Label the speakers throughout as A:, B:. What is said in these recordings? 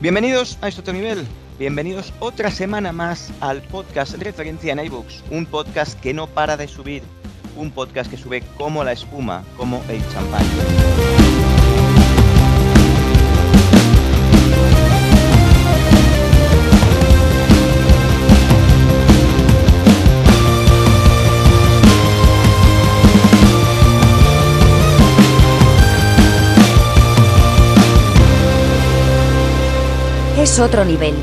A: Bienvenidos a Esto a tu nivel. Bienvenidos otra semana más al podcast Referencia en iBooks, un podcast que no para de subir, un podcast que sube como la espuma, como el champán.
B: Es otro nivel.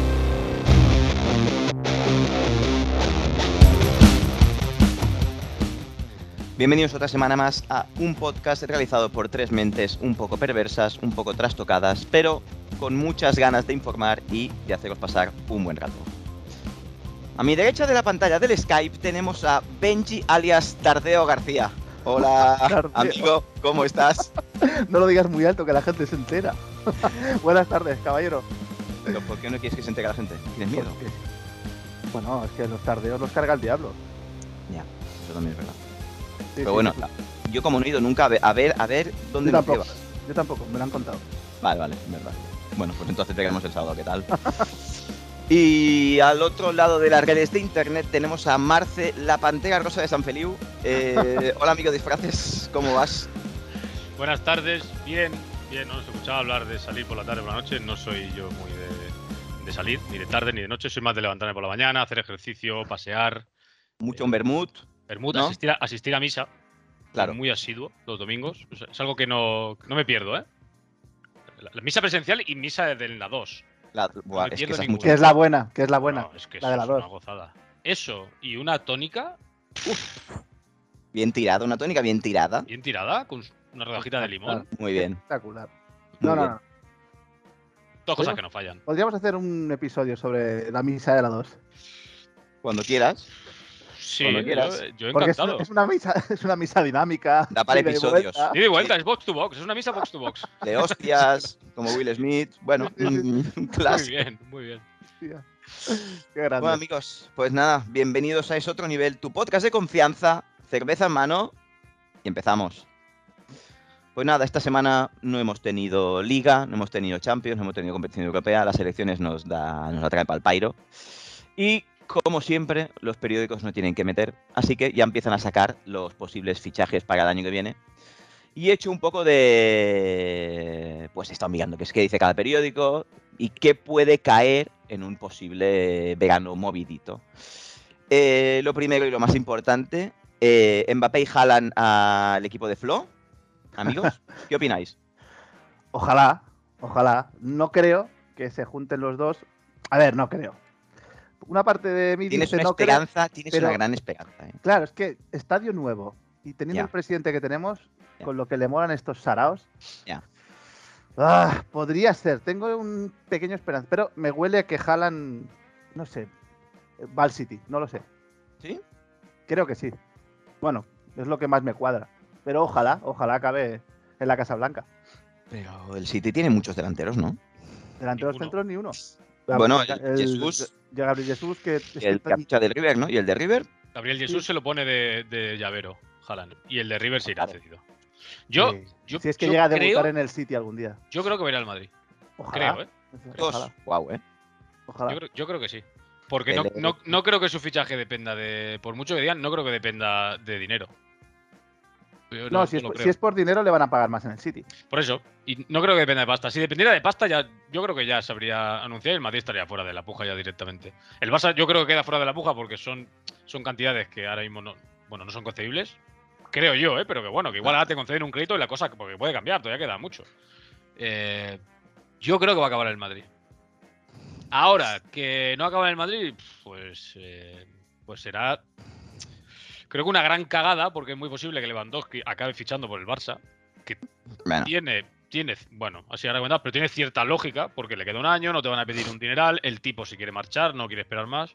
A: Bienvenidos otra semana más a un podcast realizado por tres mentes un poco perversas, un poco trastocadas, pero con muchas ganas de informar y de haceros pasar un buen rato. A mi derecha de la pantalla del Skype tenemos a Benji alias Tardeo García. Hola,
C: Tardeo.
A: amigo, ¿cómo estás?
C: No lo digas muy alto que la gente se entera. Buenas tardes, caballero.
A: Pero, ¿Por qué no quieres que se entere la gente? ¿Tienes miedo?
C: Porque- Bueno, es que los tardeos los carga el diablo.
A: Eso también es verdad.
C: Sí,
A: Pero
C: sí,
A: bueno,
C: sí.
A: Yo como no he ido nunca a ver, a ver, a ver dónde
C: yo
A: nos
C: tampoco.
A: lleva.
C: Yo tampoco, me lo han contado.
A: Vale, vale, es verdad. Bueno, pues entonces te quedamos el sábado, ¿qué tal? Y al otro lado de las redes de internet tenemos a Marce, la pantera rosa de San Feliu. Eh, hola, amigo disfraces, ¿cómo vas?
D: Buenas tardes, bien, bien, no os escuchaba hablar de salir por la tarde por la noche, no soy yo muy de, de salir, ni de tarde ni de noche, soy más de levantarme por la mañana, hacer ejercicio, pasear,
A: Mucho en Bermud.
D: Bermud,
A: ¿No?
D: asistir, a, asistir a misa,
A: Claro.
D: muy asiduo, los domingos, o sea, es algo que no, no me pierdo, ¿eh? La, la misa presencial y misa de la 2.
A: La- buah,
D: me
A: es que
D: pierdo
A: esa es
D: ninguna.
A: mucho.
C: Que es la buena, que es la buena. Ah,
D: No, es que
C: la
D: eso
C: de la
D: es una
C: dos.
D: gozada. Eso y una tónica
A: Bien tirada, una tónica bien tirada.
D: bien tirada, con s- una rodajita de limón,
A: Muy bien.
C: Espectacular.
A: muy
C: No, no,
A: bien.
C: no.
D: dos cosas
C: ¿Podemos?
D: que no fallan.
C: Podríamos hacer un episodio sobre la misa de la 2.
A: Cuando quieras,
D: Sí,
A: Cuando
D: yo,
A: quieras.
D: yo
C: Porque es,
D: encantado.
C: es una misa, es una misa dinámica.
A: Da para
C: ida y
A: episodios.
C: vuelta.
D: Ida y vuelta, es box to box, es una misa box to box.
A: de hostias, como Will Smith. Bueno,
C: Sí, sí,
A: un clásico.
D: Muy bien, muy bien.
C: Hostia. Qué grande.
A: Bueno, amigos, pues nada, bienvenidos a Es Otro Nivel, tu podcast de confianza, cerveza en mano y empezamos. Pues nada, esta semana no hemos tenido Liga, no hemos tenido Champions, no hemos tenido competición europea, las elecciones nos, da, nos atrae pa'l pairo. Y como siempre, los periódicos no tienen que meter, así que ya empiezan a sacar los posibles fichajes para el año que viene. Y he hecho un poco de. Pues he estado mirando qué es que dice cada periódico y qué puede caer en un posible verano movidito. Eh, lo primero y lo más importante: eh, Mbappé y Haaland al equipo de Flo. Amigos, ¿qué opináis?
C: Ojalá, ojalá. No creo que se junten los dos. A ver, no creo. Una parte de mí
A: Tienes
C: dice
A: una
C: no creo.
A: esperanza, tienes
C: pero-
A: una gran esperanza. ¿eh?
C: Claro, es que estadio nuevo y teniendo
A: Ya.
C: el presidente que tenemos,
A: Ya.
C: con lo que le molan estos saraos.
A: Ya.
C: Ah, podría ser. Tengo un pequeño esperanza, pero me huele a que jalan, no sé, Val City, no lo sé.
A: ¿Sí?
C: Creo que sí. Bueno, es lo que más me cuadra. Pero ojalá, ojalá acabe en la Casa Blanca.
A: Pero el City tiene muchos delanteros, ¿no?
C: Delante de los
D: Ninguno.
C: centros ni uno.
A: Bueno, el Jesús-
C: ya Gabriel Jesús, que
A: El
C: está-
A: capitán del River, ¿no? Y el de River,
D: Gabriel
C: Sí.
D: Jesús se lo pone de, de llavero, Haaland. Y el de River se irá
A: Claro.
D: cedido. Yo,
C: Ah, Sí.
D: yo,
C: si es que
D: yo
C: llega a
D: creo,
C: debutar en el City algún día.
D: yo creo que va a ir al Madrid.
C: Ojalá.
D: Creo, ¿eh?
A: dos.
C: Ojalá.
A: Guau, ¿eh?
C: ojalá.
D: Yo, creo, yo creo que sí. Porque no,
A: El de-
D: no- no creo que su fichaje dependa de. Por mucho que digan, no creo que dependa de dinero. Yo
C: No, si, es,
D: lo
C: por-
D: creo.
C: si es por dinero le van a pagar más en el City.
D: Por eso. Y no creo que dependa de pasta. Si dependiera de pasta, ya, yo creo que ya se habría anunciado y el Madrid estaría fuera de la puja ya directamente. El Barça yo creo que queda fuera de la puja porque son, son cantidades que ahora mismo no, bueno, no son concebibles. Creo yo, ¿eh? pero que bueno, que igual ahora te conceden un crédito y la cosa porque puede cambiar, todavía queda mucho. Eh, yo creo que va a acabar el Madrid. Ahora, que no acaba en el Madrid, pues, eh, pues será. Creo que una gran cagada, porque es muy posible que Lewandowski acabe fichando por el Barça
A: Bueno,
D: tiene, tiene, bueno, así ahora cuenta, pero tiene cierta lógica, porque le queda un año, no te van a pedir un dineral, el tipo si quiere marchar, no quiere esperar más.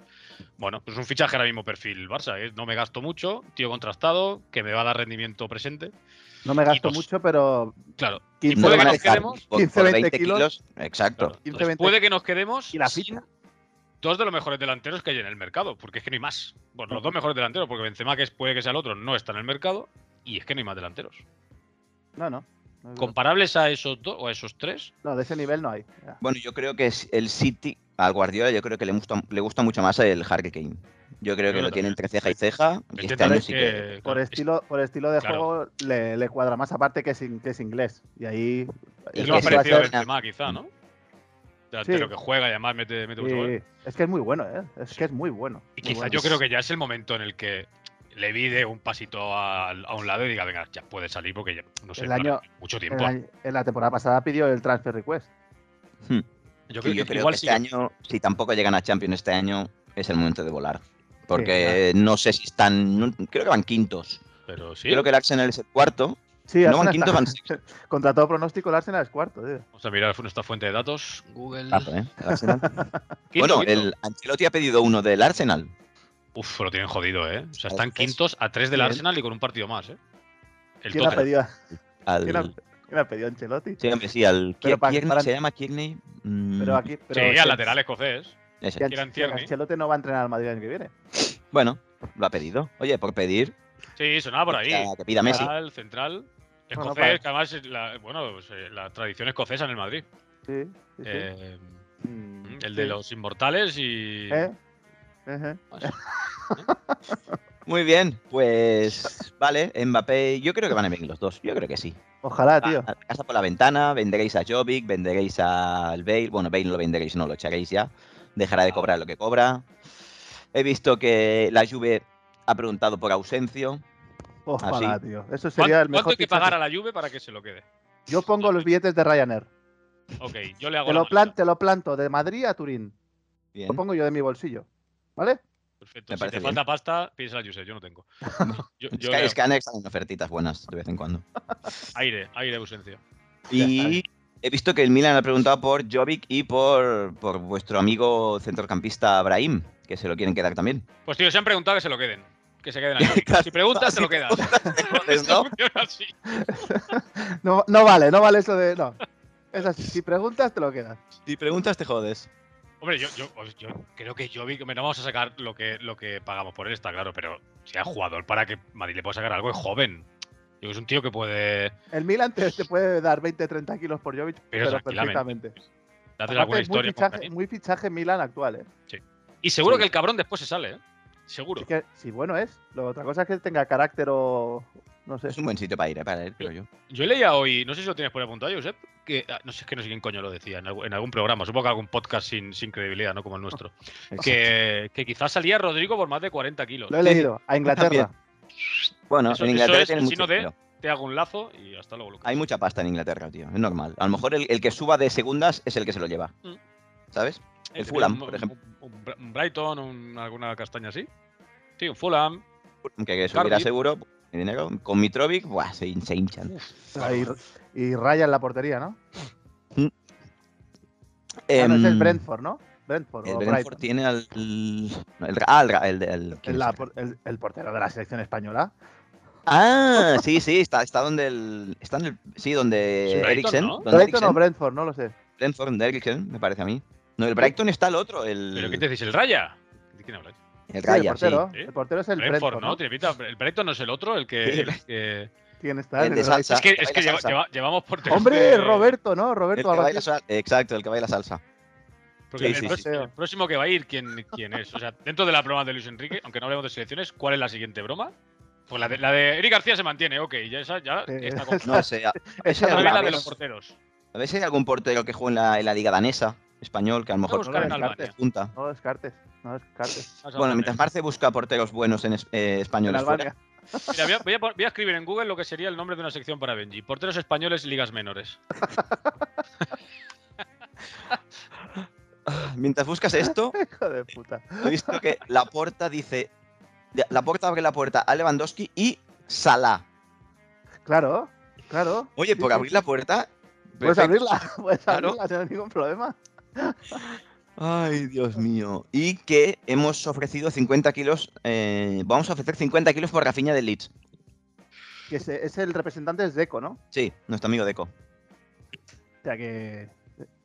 D: Bueno, pues un fichaje ahora mismo perfil Barça, ¿eh? no me gasto mucho, tío contrastado, que me va a dar rendimiento presente.
C: No me gasto
D: dos.
C: mucho, pero
D: Claro,
C: Y
D: y
A: no le
D: puede que
A: van a
D: nos
A: dejar
D: quedemos.
A: por-
C: 15,
A: por
C: 20
A: kilos. Exacto.
D: claro,
C: 15,
D: entonces
C: 20.
D: puede que nos quedemos
C: y la
D: sin
C: ficha.
D: dos de los mejores delanteros que hay en el mercado, porque es que no hay más. Bueno, los dos mejores delanteros, porque Benzema, que es- puede que sea el otro, no está en el mercado, y es que no hay más delanteros.
C: No, no. No,
D: ¿Comparables a esos dos o a esos tres?
C: no, de ese nivel no hay. Ya.
A: Bueno, yo creo que es el City al Guardiola, yo creo que le gusta, le gusta mucho más el Harry Kane. Yo creo
D: Yo
A: que lo
D: también.
A: tiene entre ceja y ceja. Y este
D: Intentar
A: año
D: es
A: sí que.
C: Por,
D: Eh, claro, es-
C: estilo, por estilo de
D: claro.
C: juego le, le cuadra más, aparte que es, in- que es inglés. Y ahí.
D: Es
A: es
D: lo más
A: que se va a Mm.
D: parecido a
A: hacer-
D: Benzema, quizá, ¿no? De, de
C: Sí.
D: lo que juega y además mete, mete mucho gol.
C: y- es que es muy bueno, ¿eh? Es que es muy bueno.
D: Y
C: muy
D: quizá
C: bueno.
D: yo creo que ya es el momento en el que le vide un pasito al- a, un lado y diga, venga, ya puede salir porque ya, no sé,
C: El
D: para
C: año-
D: mucho
C: En
D: tiempo.
C: la, en la temporada pasada pidió el transfer request.
A: Hmm.
D: yo
A: Y yo creo que este
D: sí.
A: año, si tampoco llegan a Champions este año, es el momento de volar. Porque no sé si están. no- creo que van quintos.
D: Pero sí.
A: Creo que el Arsenal es el cuarto.
C: Sí,
A: No van
C: Arsenal
A: quinto,
C: está-
A: van
C: Contra todo pronóstico, el Arsenal es cuarto, tío.
D: Vamos a mirar nuestra fuente de datos. Google.
A: Tazo, ¿eh? El Arsenal.
D: Quinto,
A: bueno,
D: quinto.
A: el Ancelotti ha pedido uno del Arsenal.
D: Uf, lo tienen jodido, ¿eh? O sea, están
A: Entonces,
D: quintos a tres del
A: bien.
D: Arsenal y con un partido más, ¿eh? El
C: ¿Quién ha
D: Tottenham.
C: pedido,
A: Al,
C: quién ha- quién ha pedido a Ancelotti?
A: sí, hombre, sí, al
C: Pero
A: Kier-
C: para-
A: Kearney,
C: para-
A: ¿Se llama Kierney? Mm,
C: Pero aquí. Pero
D: Sí,
C: si-
D: al lateral escocés.
A: Ese.
C: si Anche-
D: Kieran
C: si
D: Tierney.
C: Ancelotti no va a entrenar al Madrid el año que viene.
A: Bueno, lo ha pedido. Oye, por pedir.
D: Sí, sonaba Ah, por ahí.
A: Que pida Messi.
D: Central, central.
C: No, no,
D: Escocés,
C: para-
D: que además, es la, bueno, pues, eh, la tradición escocesa en el Madrid.
C: Sí, sí, sí.
D: Eh,
C: Mm,
D: el de
C: sí.
D: los inmortales y.
C: ¿Eh? Ejé.
A: Muy bien, pues vale, Mbappé, yo creo que van a venir los dos, yo creo que sí.
C: Ojalá, tío.
A: Ah, Casa por la ventana, venderéis a Jobbik, venderéis al Bale, bueno, Bale no lo venderéis, no lo echaréis ya, dejará de cobrar lo que cobra. He visto que la Juve ha preguntado por ausencio,
C: Ojalá,
A: ah,
C: tío. Eso
D: ¿Cuánto,
C: sería el
D: cuánto
C: mejor
D: hay que
C: fichaje.
D: pagar a la Juve para que se lo quede?
C: Yo pongo los billetes de
D: Ah,
C: Ryanair.
D: Ok, yo le hago
C: Te
D: la
C: lo,
D: manita.
C: plan- te lo planto de Madrid a Turín.
A: Bien.
C: Lo pongo yo de mi bolsillo. ¿Vale?
D: Perfecto.
A: Me
D: si
A: parece
D: te
A: bien.
D: falta pasta, pides la Juve, yo no tengo. Yo, yo le
A: Sky
D: hago-
A: Scanner salen ofertitas buenas de vez en cuando.
D: aire, aire de ausencia.
C: está eh. bien.
A: Y he visto que el Milan ha preguntado por Jobbik y por, por vuestro amigo centrocampista Brahim, que se lo quieren quedar también.
D: Pues tío, se han preguntado que se lo queden. Que se queden ahí. Si preguntas, te lo quedas. Esto
A: ¿no?
D: funciona así.
C: No, no vale, no vale eso de. No. Es así. Si preguntas, te lo quedas.
A: Si preguntas te jodes.
D: Hombre, yo, yo, os- yo creo que Jovic, hombre, no vamos a sacar lo que, lo que pagamos por él, está claro, pero si hay jugador para que Madrid le pueda sacar algo, es joven. Digo, es un tío que puede. le
C: El Milan te, te puede dar 20-30 kilos por Jovic, pero, perfectamente.
D: tranquilamente. haces
C: Aparte,
D: alguna
C: es muy
D: historia. con
C: fichaje,
D: Karim.
C: muy fichaje Milan actual, ¿eh?
D: Y seguro
A: Sí.
D: que el cabrón después se sale, ¿eh? Seguro.
C: Así que, sí, bueno es. Lo, otra cosa es que tenga carácter o. No sé.
A: Es un buen sitio para ir, eh, para ir, creo yo.
D: Yo leía hoy, no sé si lo tienes por apuntado, Josep, que ah, no sé, es que no sé quién coño lo decía, en algún, en algún programa, supongo que algún podcast sin, sin credibilidad, ¿no? Como el nuestro. que, que quizás salía Rodrigo por más de 40 kilos.
C: Lo he leído. A Inglaterra.
A: Bueno,
D: Eso-
A: en
D: eso
A: Inglaterra
D: es
A: tiene
D: el
A: mucho
D: signo de-
A: dinero.
D: Te hago un lazo y hasta luego, Lucas.
A: Hay mucha pasta en Inglaterra, tío. Es normal. A lo mejor el, el que suba de segundas es el que se lo lleva.
D: Mm.
A: ¿Sabes?
D: Eh,
A: el
D: te
A: Fulham,
D: pido un-
A: por ejemplo.
D: Un, un Bra- un Brighton, un- alguna castaña así. Sí, un Fulham.
A: Que, que subirá
D: Cardiff.
A: seguro. mi dinero. Con Mitrovic, buah, se, hin- se hinchan.
C: Ahí- y Ryan la portería, ¿no? Ah, no, es el
A: Em,
C: Brentford, ¿no? Brentford.
A: el
C: o
A: Brentford
C: Brighton.
A: tiene al. no, el, ah, el, el- el- ¿quién es
C: El, la
A: el-
C: por- el- el portero de la selección española.
A: Ah, sí, sí, está, está donde el. Está en el- sí,
D: Es
A: donde
D: Brighton,
A: Eriksen.
D: ¿no?
A: Donde
C: Brighton o
A: Eriksen,
C: Brentford, no lo sé.
A: Brentford, donde Eriksen, me parece a mí. No, el Brighton está el otro, el.
D: ¿Pero qué te decís? ¿El Raya? ¿De quién habláis?
A: el
C: Sí,
A: Raya, sí.
C: el portero.
D: sí.
C: El portero es el
D: Brentford,
C: Brentford,
D: ¿no?
C: ¿no?
D: Tiene pinta- El Brighton no es el otro, el que.
A: Sí,
D: el que-
C: ¿Quién está?
A: El de
C: El-
A: salsa.
D: Es que,
A: que
D: es que
A: baila
D: lleva-
A: salsa.
D: lleva- llevamos por
C: Hombre,
D: delante-
C: Roberto, ¿no?
A: El que
C: Roberto
A: baila
C: Alba-
A: sal- Exacto, el que baila salsa.
D: Porque
A: Sí,
D: el,
A: sí,
D: pro-
C: sí.
D: el próximo que va a ir, ¿quién, ¿quién es? O sea, dentro de la broma de Luis Enrique, aunque no hablemos de selecciones, ¿cuál es la siguiente broma? Pues la de, la de Eric García se mantiene, ok, ya esa ya
C: Sí.
D: está con
A: No sé, a- Esa
C: Esa
D: Ahora
A: es la
C: no
D: viene la
C: la
D: de
A: vez.
D: los
C: ves.
D: porteros.
A: a ver si hay algún portero que juegue en la, en la liga danesa, español, que a lo mejor
D: buscar
A: no
C: en
A: lo
C: Albania.
A: encuentra, punta.
C: No descartes. No descartes.
D: Vamos a
A: Bueno,
D: ver.
A: mientras Marce busca porteros buenos en es- eh,
C: En
A: españoles fuera,
C: Albania.
D: Mira, voy a, voy a pon- voy a escribir en Google lo que sería el nombre de una sección para Benji. Porteros españoles, ligas menores.
A: mientras buscas esto,
C: Hijo de puta.
A: he visto que la porta dice, la porta abre la puerta a Lewandowski y Salah.
C: Claro, claro.
A: Oye,
C: Sí,
A: por
C: sí.
A: abrir la puerta.
C: Puedes
A: perfecto.
C: abrirla, puedes
A: Claro.
C: abrirla sin ningún problema.
A: Ay, Dios mío. Y que hemos ofrecido 50 kilos. eh, vamos a ofrecer 50 kilos por Rafinha de Leeds.
C: Que es, es el representante es Deco, ¿no?
A: Sí, nuestro amigo Deco.
C: O sea que eh,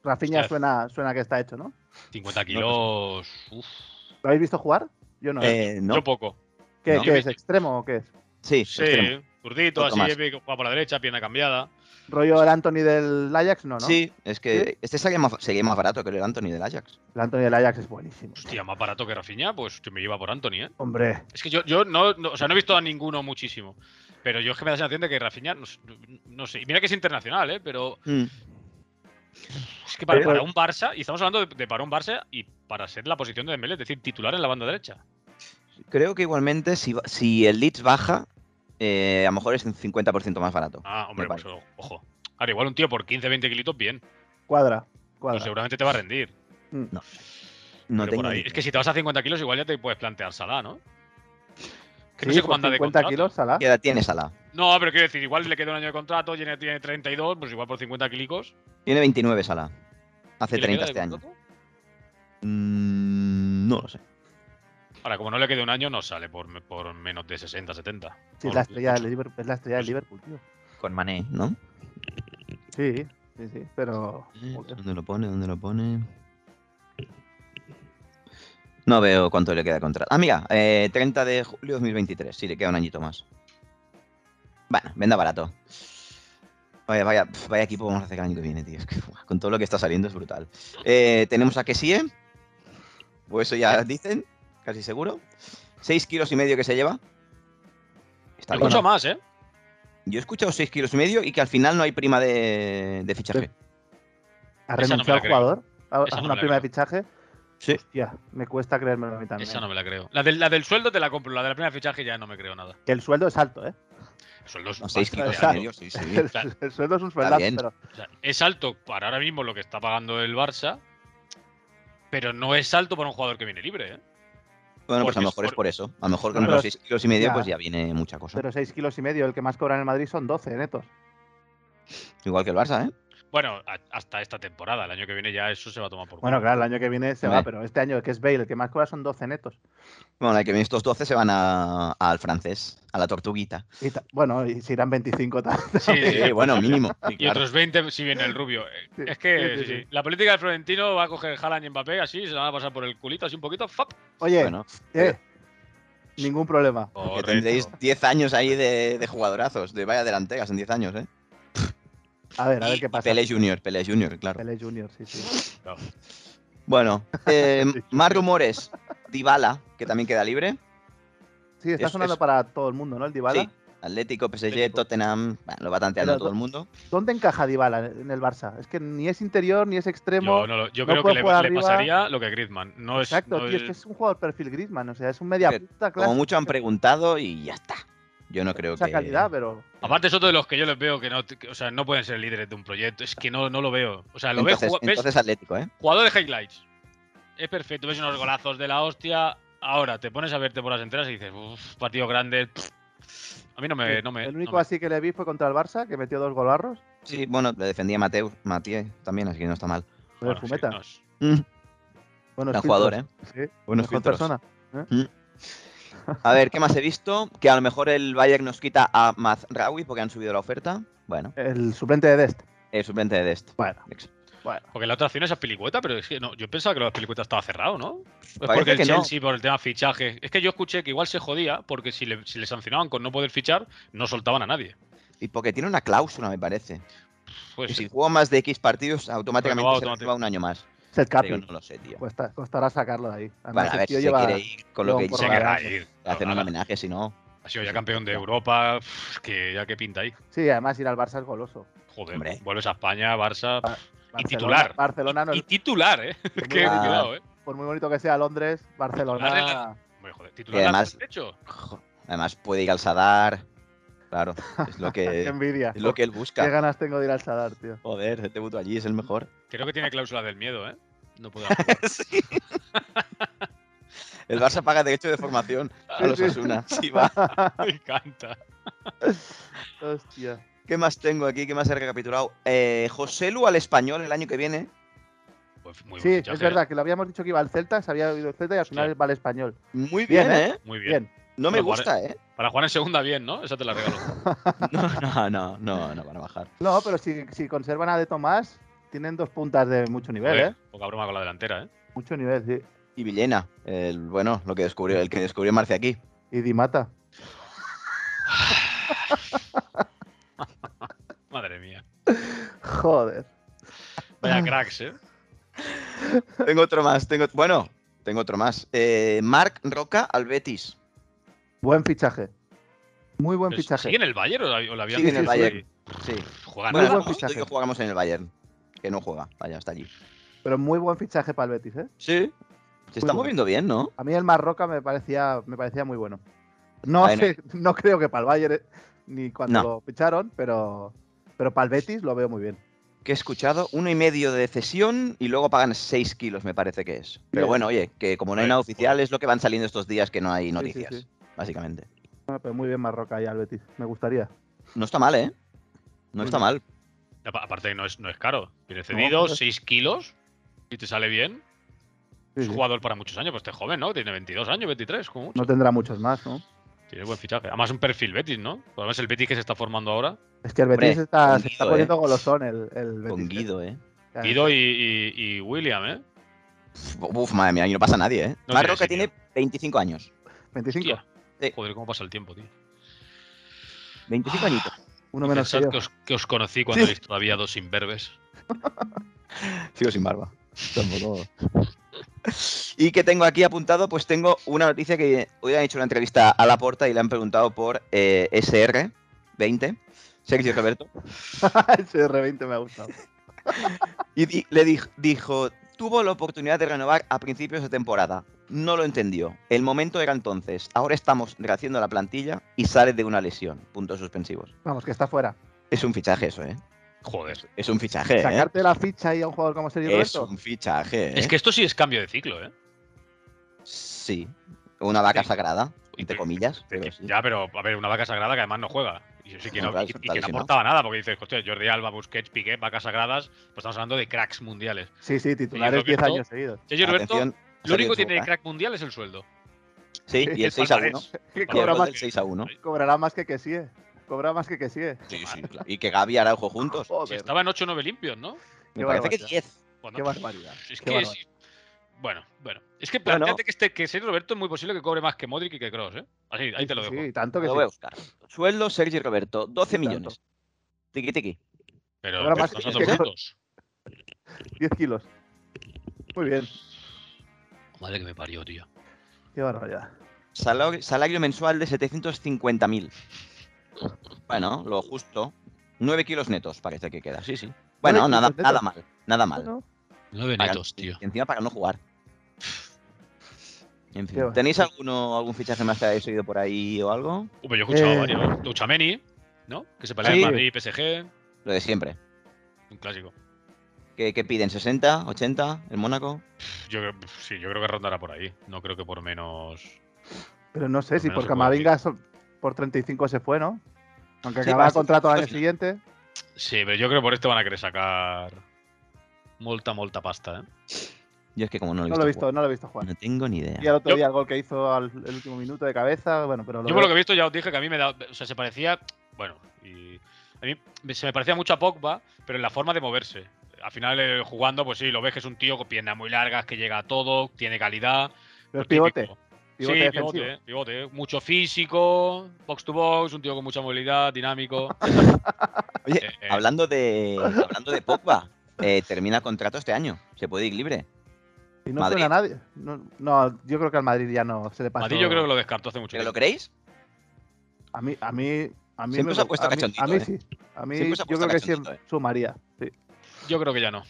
C: Rafinha
D: Ostras.
C: suena, suena que está hecho, ¿no?
D: 50 kilos. Uf,
C: ¿Lo habéis visto jugar? Yo no.
A: Eh, pues, no,
D: Yo poco.
C: ¿Qué,
A: no.
C: qué es? ¿Extremo o qué es?
A: sí,
D: Sí,
A: extremo.
D: Zurdito,
A: Otro
D: así,
A: más.
D: Epic, juega por la derecha, pierna cambiada.
C: Rollo el Anthony del Ajax, no, ¿no?
A: Sí, es que este sería más, sería más barato que el Anthony del Ajax.
C: El Anthony del Ajax es buenísimo.
D: Hostia, más barato que Rafinha, pues que me lleva por Anthony, ¿eh?
C: Hombre,
D: Es que yo, yo no, no- o sea, no he visto a ninguno muchísimo. Pero yo es que me da la sensación de que Rafinha, no, s- no sé. Y mira que es internacional, ¿eh? Pero
A: Hmm.
D: es que para,
C: Pero-
D: para un Barça, y estamos hablando de, de para un Barça y para ser la posición de Dembélé, es decir, titular en la banda derecha.
A: Creo que igualmente, si, va- si el Leeds baja, eh, a lo mejor es un 50% más barato.
D: Ah, hombre,
A: Me
D: pues o- ojo. Ahora, igual un tío por 15, 20 kilitos, bien.
C: cuadra.
D: Pues
C: cuadra.
D: seguramente te va a rendir.
A: No
D: pero por
A: tengo
D: ahí-
A: ni
D: Es
A: idea.
D: que si te vas a 50 kilos, igual ya te puedes plantear Salah, ¿no? Que no
C: Sí,
D: sé cómo
C: por
D: anda de
C: 50
D: contrato.
C: kilos, Salah.
A: ¿Qué edad tiene Salah?
D: No, pero quiero decir, igual le queda un año de contrato, tiene, tiene 32, pues igual por 50 kilicos.
A: Tiene 29 Salah. Hace
D: ¿y
A: 30
D: le queda de
A: este año.
D: contrato?
A: Mm, no lo sé.
D: Ahora, como no le quede un año, no sale por, por menos de 60, 70.
C: Sí, es
D: Por-
C: la estrella del Liverpool, es la estrella del Liverpool, tío.
A: Con Mané, ¿no?
C: Sí, sí, sí, pero...
D: Mm.
C: joder.
A: Eh, ¿Dónde lo pone? ¿Dónde lo pone? No veo cuánto le queda contra. Ah, mira, eh, 30 de julio 2023. Sí, le queda un añito más. Bueno, venda barato. Vaya, vaya, pf, vaya equipo vamos a hacer el año que viene, tío. Es que, buah, con todo lo que está saliendo es brutal. Eh, tenemos a Kessie. O eso ya dicen, casi seguro. 6 kilos y medio que se lleva. Está
D: Yo
A: bien.
D: escucho más, ¿eh?
A: Yo he escuchado 6 kilos y medio y que al final no hay prima de, de fichaje.
C: ¿Ha
D: Esa no me la
C: renunciado al
D: creo.
C: jugador? ¿A,
D: Esa
C: a
D: no
C: una
D: me la
C: prima de
D: creo.
C: fichaje?
A: Sí.
C: Hostia, me cuesta creérmelo a mí también.
D: Esa no me la creo. La del, la del sueldo te la compro, la de la primera fichaje ya no me creo nada.
C: Que el sueldo es alto, ¿eh?
D: El sueldo es,
A: No, 6
D: bastante
A: kilos
C: kilos
A: y
C: claro.
A: medio,
D: alto.
A: sí, sí.
C: El,
D: Claro.
C: el sueldo es un sueldazo,
A: bien.
C: pero...
D: O sea, es alto para ahora mismo lo que está pagando el Barça, pero no es alto para un jugador que viene libre, ¿eh?
A: Bueno, pues a lo mejor
D: Porque es
A: es por eso. A lo mejor con
C: Pero-
A: los 6 kilos y medio,
C: ya.
A: pues ya viene mucha cosa.
C: Pero 6 kilos y medio, el que más cobra en el Madrid son 12 netos.
A: Igual que el Barça, ¿eh?
D: Bueno, a- hasta esta temporada, el año que viene ya eso se va a tomar por
C: Bueno,
D: culo.
C: claro, el año que viene se va,
A: Hombre.
C: pero este año que es Bale, el que más cobra son 12 netos.
A: Bueno, hay que ver estos 12 se van a- al francés, a la tortuguita.
C: Y ta- bueno, y se irán 25 tal.
D: Sí, sí, sí.
A: Eh, bueno, mínimo. sí,
D: Y
A: claro.
D: otros 20 si viene el rubio. Eh,
C: Sí,
D: Es que
C: sí, sí,
D: sí, sí.
C: sí.
D: la política de Florentino va a coger Haaland y Mbappé así, se la van a pasar por el culito así un poquito. ¡fap!
C: Oye,
A: Bueno,
C: eh, ningún problema.
A: que
D: Correcto.
A: tendréis 10 años ahí de, de jugadorazos, de vaya delanteras en 10 años, ¿eh?
C: A ver, a ver qué
A: Y
C: pasa.
A: Pelé Junior, Pelé Junior, claro.
C: Pele Junior, sí, sí.
A: Bueno, eh, más rumores. Dybala, que también queda libre.
C: Sí, está
A: Es-
C: sonando
A: es-
C: para todo el mundo, ¿no? El Dybala.
A: Sí. Atlético, PSG,
C: Atlético.
A: Tottenham, bueno, lo va tanteando
C: Pero-
A: todo el mundo.
C: ¿Dónde encaja Dybala en el Barça? Es que ni es interior ni es extremo.
D: Yo, no lo- yo
C: no
D: creo que
C: puede
D: le,
C: jugar
D: le
C: arriba.
D: pasaría lo que a Griezmann. No es,
C: Exacto,
D: no
C: tío, es que
D: es-
C: es un jugador perfil Griezmann, o sea, es un media
A: Pero,
C: punta,
A: Como
C: claro.
A: mucho han preguntado y ya está. Yo no creo
C: mucha
A: que.
C: calidad, pero
D: Aparte es otro de los que yo les veo que no, que- o sea, no pueden ser líderes de un proyecto. Es que no, no lo veo. O sea, lo
A: Entonces,
D: ves, jugua- ves
A: entonces Atlético, ¿eh?
D: jugador de highlights. Es perfecto, ves unos golazos de la hostia. Ahora te pones a verte por las enteras y dices, uff, partido grande. A mí no me. Eh, No me
C: el
D: no
C: único
D: me-
C: así que le vi fue contra el Barça, que metió dos golarros.
A: Sí, bueno, le defendía Mateu, Matié también, así que no está mal.
C: Lo de
D: bueno, sí,
C: Fumeta.
D: no es-
A: Mm,
C: Bueno,
A: Gran jugador, ¿eh? Buenos
C: Mejor
A: filtros.
C: persona.
A: A ver, ¿qué más he visto? Que a lo mejor el Bayern nos quita a Mazraoui porque han subido la oferta. Bueno,
C: El suplente de Dest.
A: el suplente de Dest.
C: Bueno,
A: Ex-
C: bueno.
D: Porque la otra opción es a Pilicueta, pero es que no, yo pensaba que lo de Pilicueta estaba cerrado, ¿no? Es
A: Parece
D: porque el
A: que no.
D: Chelsea, por el tema fichaje. Es que yo escuché que igual se jodía porque si le, si le sancionaban con no poder fichar, no soltaban a nadie.
A: Y porque tiene una cláusula, me parece.
D: Pues
A: que si juega más de X partidos, automáticamente
D: Renovado
A: se
D: automático.
A: renueva un año más.
C: Es el
A: Pero
C: capi.
A: no lo sé, tío.
C: Cuesta- costará sacarlo de ahí. Además,
A: Vale, a
C: el
A: ver si
C: tío
A: se
C: lleva-
A: quiere ir con lo
C: lleva
A: que
C: un
A: dice
D: se
C: porro
A: que
C: de
A: va
D: querrá
C: años.
D: ir.
A: a hacer un
C: Ah.
D: Ahora,
A: homenaje, si no.
D: Ha sido ya campeón de Europa. pff, que ya que pinta ahí.
C: Sí, además ir al Barça es goloso.
D: Joder,
A: Hombre.
D: vuelves a España, Barça.
C: Ah,
D: Y titular.
C: Barcelona no
D: y
C: es,
D: titular, ¿eh? Es que
A: Ah.
D: cuidado, ¿eh?
C: por muy bonito que sea Londres, Barcelona.
D: Hombre, joder, titular.
A: Y
D: lateral
A: además-
D: derecho.
A: Jo, Además, puede ir al Sadar. Claro, es lo
C: Qué
A: que,
C: envidia.
A: es lo que él
C: Qué
A: busca.
C: ganas tengo de ir al Sadar, tío.
A: Joder, el debutó allí, es el mejor.
D: Creo que tiene cláusula del miedo, ¿eh? No podrá jugar.
A: Sí. El Barça paga derecho de formación a los
C: Sí, sí.
A: Asuna. Sí, va.
D: Me encanta.
C: Hostia.
A: ¿Qué más tengo aquí? ¿Qué más he recapitulado? Eh, José Lu al español el año que viene.
D: Pues muy
C: Sí,
D: buen
C: es
D: fichaje, ¿eh?
C: verdad que lo habíamos dicho que iba al Celta, se había ido al Celta y al final va al español.
A: Muy bien,
C: Bien,
A: ¿eh?
D: Muy bien.
C: Bien.
A: No me
D: Pero para-
A: gusta, ¿eh?
D: Para jugar en segunda, bien, ¿no? Esa te la regalo.
A: No, no, no, no, no van a bajar.
C: No, pero si, si conservan a De Tomás, tienen dos puntas de mucho nivel,
D: Joder,
C: ¿eh?
D: Poca broma con la delantera, ¿eh?
C: Mucho nivel, sí.
A: Y Villena, el bueno, lo que descubrió, el que descubrió Marce aquí.
C: Y Di Mata.
D: Madre mía.
C: Joder.
D: Vaya cracks, ¿eh?
A: Tengo otro más. Tengo, bueno, tengo otro más. Eh, Marc Roca al Betis.
C: Buen fichaje. Muy buen
D: Pero,
C: fichaje.
D: ¿Sigue en el Bayern o la, o la habían
A: Sigue en el
D: fichado
A: Bayern.
D: y-
A: Sí. Bueno,
D: Juega nada,
A: no,
D: ¿no?
C: buen
A: justo
C: fichaje.
A: que jugamos en el Bayern. Que no juega. Vaya, está allí.
C: Pero muy buen fichaje para el Betis, ¿eh?
A: Sí. Se está
C: bueno.
A: moviendo bien, ¿no?
C: A mí el Marroca me parecía, me parecía muy bueno. No,
A: Bueno.
C: sé- no creo que para el Bayern eh, ni cuando
A: No.
C: lo ficharon, pero, pero para el Betis lo veo muy bien.
A: que he escuchado, uno y medio de cesión y luego pagan 6 kilos, me parece que es. Pero
C: Bien.
A: bueno, oye, que como no hay
D: Bueno,
A: nada oficial, es lo que van saliendo estos días que no hay
C: Sí, sí,
A: noticias,
C: sí.
A: básicamente.
C: Ah, pero muy bien Marroca y al Betis. Me gustaría.
A: No está mal, ¿eh? No está mal.
D: Apa- Aparte que no es, no es caro. Viene cedido,
C: joder.
D: 6 kilos. Y te sale bien.
C: Sí,
D: Es
C: sí.
D: jugador para muchos años. Pues este joven, ¿no? Tiene 22 años, 23. Como mucho.
C: No tendrá muchos más, ¿no?
D: Tiene buen fichaje. Además, un perfil Betis, ¿no? Además, el Betis que se está formando ahora.
C: Es que el
A: Hombre,
C: Betis está,
A: con
C: se está
A: Guido,
C: poniendo
A: eh.
C: golosón el, el Betis.
A: Con
C: eh.
A: Guido, ¿eh?
C: O sea,
D: Guido y, y- y William, ¿eh?
A: Uf, madre mía, aquí no pasa nadie, ¿eh?
D: No
A: Marroca
D: tiene
A: tiene 25 años.
C: 25,
D: Hostia.
A: Sí.
D: Joder, cómo pasa el tiempo, tío.
A: 25
C: Ah.
A: añitos.
C: uno menos que
D: Pensad
C: yo.
D: que os, que os conocí cuando
A: Sí.
D: erais todavía dos imberbes.
A: Sigo sin barba. Tampoco. y que tengo aquí apuntado, pues tengo una noticia que hoy han hecho una entrevista a la porta y le han preguntado por eh, SR20, Sergio Roberto.
C: Ese R20 me ha gustado.
A: Y di- le dij- dijo, tuvo la oportunidad de renovar a principios de temporada. No lo entendió. El momento era entonces. Ahora estamos rehaciendo la plantilla y sale de una lesión. Puntos suspensivos.
C: Vamos, que está fuera.
A: Es un fichaje eso, ¿eh?
D: Joder.
A: Es un fichaje, ¿eh?
C: Sacarte la ficha ahí a un jugador como Sergio
A: Es
C: Roberto.
A: un fichaje, ¿eh?
D: Es que esto sí es cambio de ciclo, ¿eh?
A: Sí. Una vaca
D: Sí.
A: sagrada, entre comillas. Pero sí.
D: Ya, pero a ver, una vaca sagrada que además no juega. Y yo sí que
A: No,
D: no,
A: claro,
D: y-
A: está
D: y que no
A: lesionado.
D: aportaba nada, porque dices, hostia, Jordi Alba, Busquets, Piqué, vacas sagradas, pues estamos hablando de cracks mundiales.
C: Sí, sí, titulares
D: Sergio
C: 10
D: Roberto.
C: años seguidos.
D: Sergio Roberto,
A: Atención,
D: lo único
A: Sergio
D: que tiene de
A: Roberto,
D: crack mundial es el sueldo.
A: ¿eh? Sí, y el
D: Es
A: 6 a 1.
D: palmarés.
C: Que
A: Y pues el
C: cobra
A: gol
C: más,
A: del 6 a 1.
C: cobrará más que que sí. eh. Cobra más que que sí. eh.
A: Sí, sí, claro. Y que Gaby y Araujo juntos.
D: Si
C: Joder,
D: estaba en 8 o 9 limpios, ¿no?
A: Me
C: Qué
A: parece que
C: barbaridad.
A: 10.
D: Bueno,
C: qué barbaridad.
D: Es
C: qué
D: que
C: barbaridad.
D: sí. Bueno, bueno. Es que
A: Bueno.
D: planteate que, este, que Sergio Roberto es muy posible que cobre más que Modric y que Cross, ¿eh? Así, ahí te lo
C: Sí,
D: dejo.
C: Sí, tanto que
A: Lo
C: sí.
A: voy a buscar. Sueldo Sergio Roberto, 12
C: Tanto.
A: millones. Tiqui tiqui.
D: Pero
C: Cobra
D: pero
C: más
D: estos
C: que-
D: no son
C: que-
D: brutos.
C: 10 kilos. Muy bien.
D: Madre que me parió, tío.
C: Qué barbaridad.
A: Salario, salario mensual de 750.000. Bueno, lo justo. 9 kilos netos parece que queda, sí, sí. Bueno,
C: kilos
A: nada,
C: netos.
A: nada mal, nada mal.
C: Bueno,
D: Nueve
A: Para-
D: netos, tío.
A: y Encima para no jugar. En
C: Qué
A: fin,
C: va.
A: ¿tenéis alguno, algún fichaje más que hayáis oído por ahí o algo?
D: Hombre, yo he escuchado
C: Eh.
D: varios. Duchameni, ¿no? Que se pelea
C: Sí.
D: en Madrid y PSG.
A: Lo de siempre.
D: Un clásico.
A: ¿Qué, qué piden? ¿60? ¿80? ¿El Mónaco?
D: Yo, creo- sí, yo creo que rondará por ahí. No creo que por menos.
C: pero no sé
D: Por
C: si
D: menos
C: por
D: se puede
C: Camavinga so- por 35 se fue, ¿no? Aunque
A: Sí,
C: acababa
A: parece-
C: contrato al año
A: sí.
C: siguiente.
D: Sí, pero yo creo que por esto van a querer sacar. Molta, molta pasta, ¿eh?
A: Yo es que como no lo he
C: No
A: visto.
C: lo he visto, no lo he visto
A: jugar,
C: jugar.
A: no tengo ni
C: Y el
A: idea.
C: otro
D: Yo-
C: día el gol que hizo al el último minuto de cabeza, bueno, pero lo
D: Yo por
C: veo-
D: lo que he visto ya os dije que a mí me da. O sea, se parecía. Bueno, y. A mí me- se me parecía mucho a Pogba, pero en la forma de moverse. Al final, eh, jugando, pues sí, lo ves que es un tío con piernas muy largas, que llega a todo, tiene calidad.
C: pero
D: lo
C: es pivote,
D: típico.
C: pivote
D: sí,
C: defensivo.
D: pivote, eh, pivote. eh. Mucho físico, box to box, un tío con mucha movilidad, dinámico.
A: Oye,
D: Eh, eh.
A: hablando de, hablando de Pogba, eh, termina contrato este año. Se puede ir libre.
C: Y no
A: Madrid.
C: suena a nadie. No, no, yo creo que al Madrid ya no se le pasó.
D: Madrid yo creo que lo descartó hace mucho
A: ¿Pero lo
D: tiempo.
A: creéis?
C: A mí, a mí, a mí
A: Siempre
C: me-
A: os ha puesto
C: a mí-
A: cachondito,
C: A mí
A: ¿eh?
C: sí. A mí
A: Siempre os ha puesto
C: yo creo que
A: cachondito, eh.
C: siempre sumaría. sí.
D: Yo creo que ya no.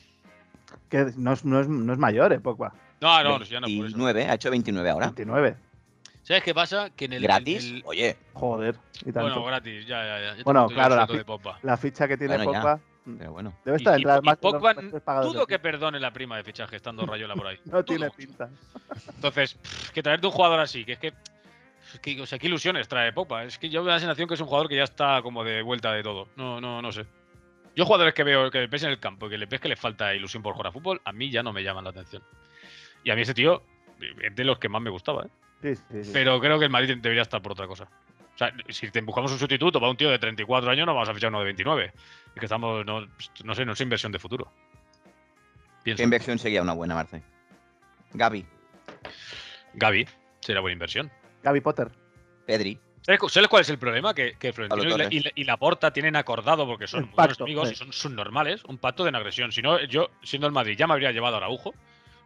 C: Que no es, no es, no es mayor, ¿eh? Pogba.
D: No, Ah, no, ya no. Por eso.
A: 29, ha hecho 29 ahora.
C: 29.
D: ¿Sabes qué pasa? Que en el.
A: ¿Gratis?
D: en el-
A: Oye,
C: Joder. Y tanto.
D: bueno, gratis, ya, ya, ya. Ya te
C: Bueno,
D: cuento yo
C: claro,
D: el
C: la
D: sueldo
C: fi-
D: de Pogba.
C: la ficha que tiene
A: Bueno, ya.
C: Pogba mm,
A: pero bueno.
C: debe
D: Y-
C: estar
D: y-
C: entre las
D: y
C: más de los
D: Pogba
C: mejores pagados
D: Dudo
C: del
D: que
C: mundo.
D: perdone la prima de fichaje estando Rayola por ahí.
C: No tiene
D: dudo.
C: pinta.
D: Entonces, pff, que traerte un jugador así, que es que. es que, o sea, qué ilusiones trae Pogba. Es que yo me da la sensación que es un jugador que ya está como de vuelta de todo. No, no, no sé. Yo jugadores que veo que ves en el campo y que le ves que les falta ilusión por jugar a fútbol, a mí ya no me llaman la atención. Y a mí ese tío es de los que más me gustaba, ¿eh?
C: Sí, sí, sí.
D: Pero creo que el Madrid debería estar por otra cosa. O sea, si te buscamos un sustituto para un tío de 34 años, no vamos a fichar uno de 29. Es que estamos, no, no sé, no es inversión de futuro.
A: ¿Qué
D: Pienso.
A: inversión sería una buena, Marce? Gaby,
D: Gaby sería buena inversión.
C: Gaby Potter.
A: Pedri.
D: ¿Sabes cu- ¿Sabes cuál es el problema? Que, que Florentino y la,
A: Torres.
D: y la- y Laporta tienen acordado, porque son
C: El
D: muy buenos
C: pacto,
D: amigos
C: sí.
D: y son subnormales, un pacto de no agresión. Si no, yo, siendo el Madrid, ya me habría llevado a Araujo,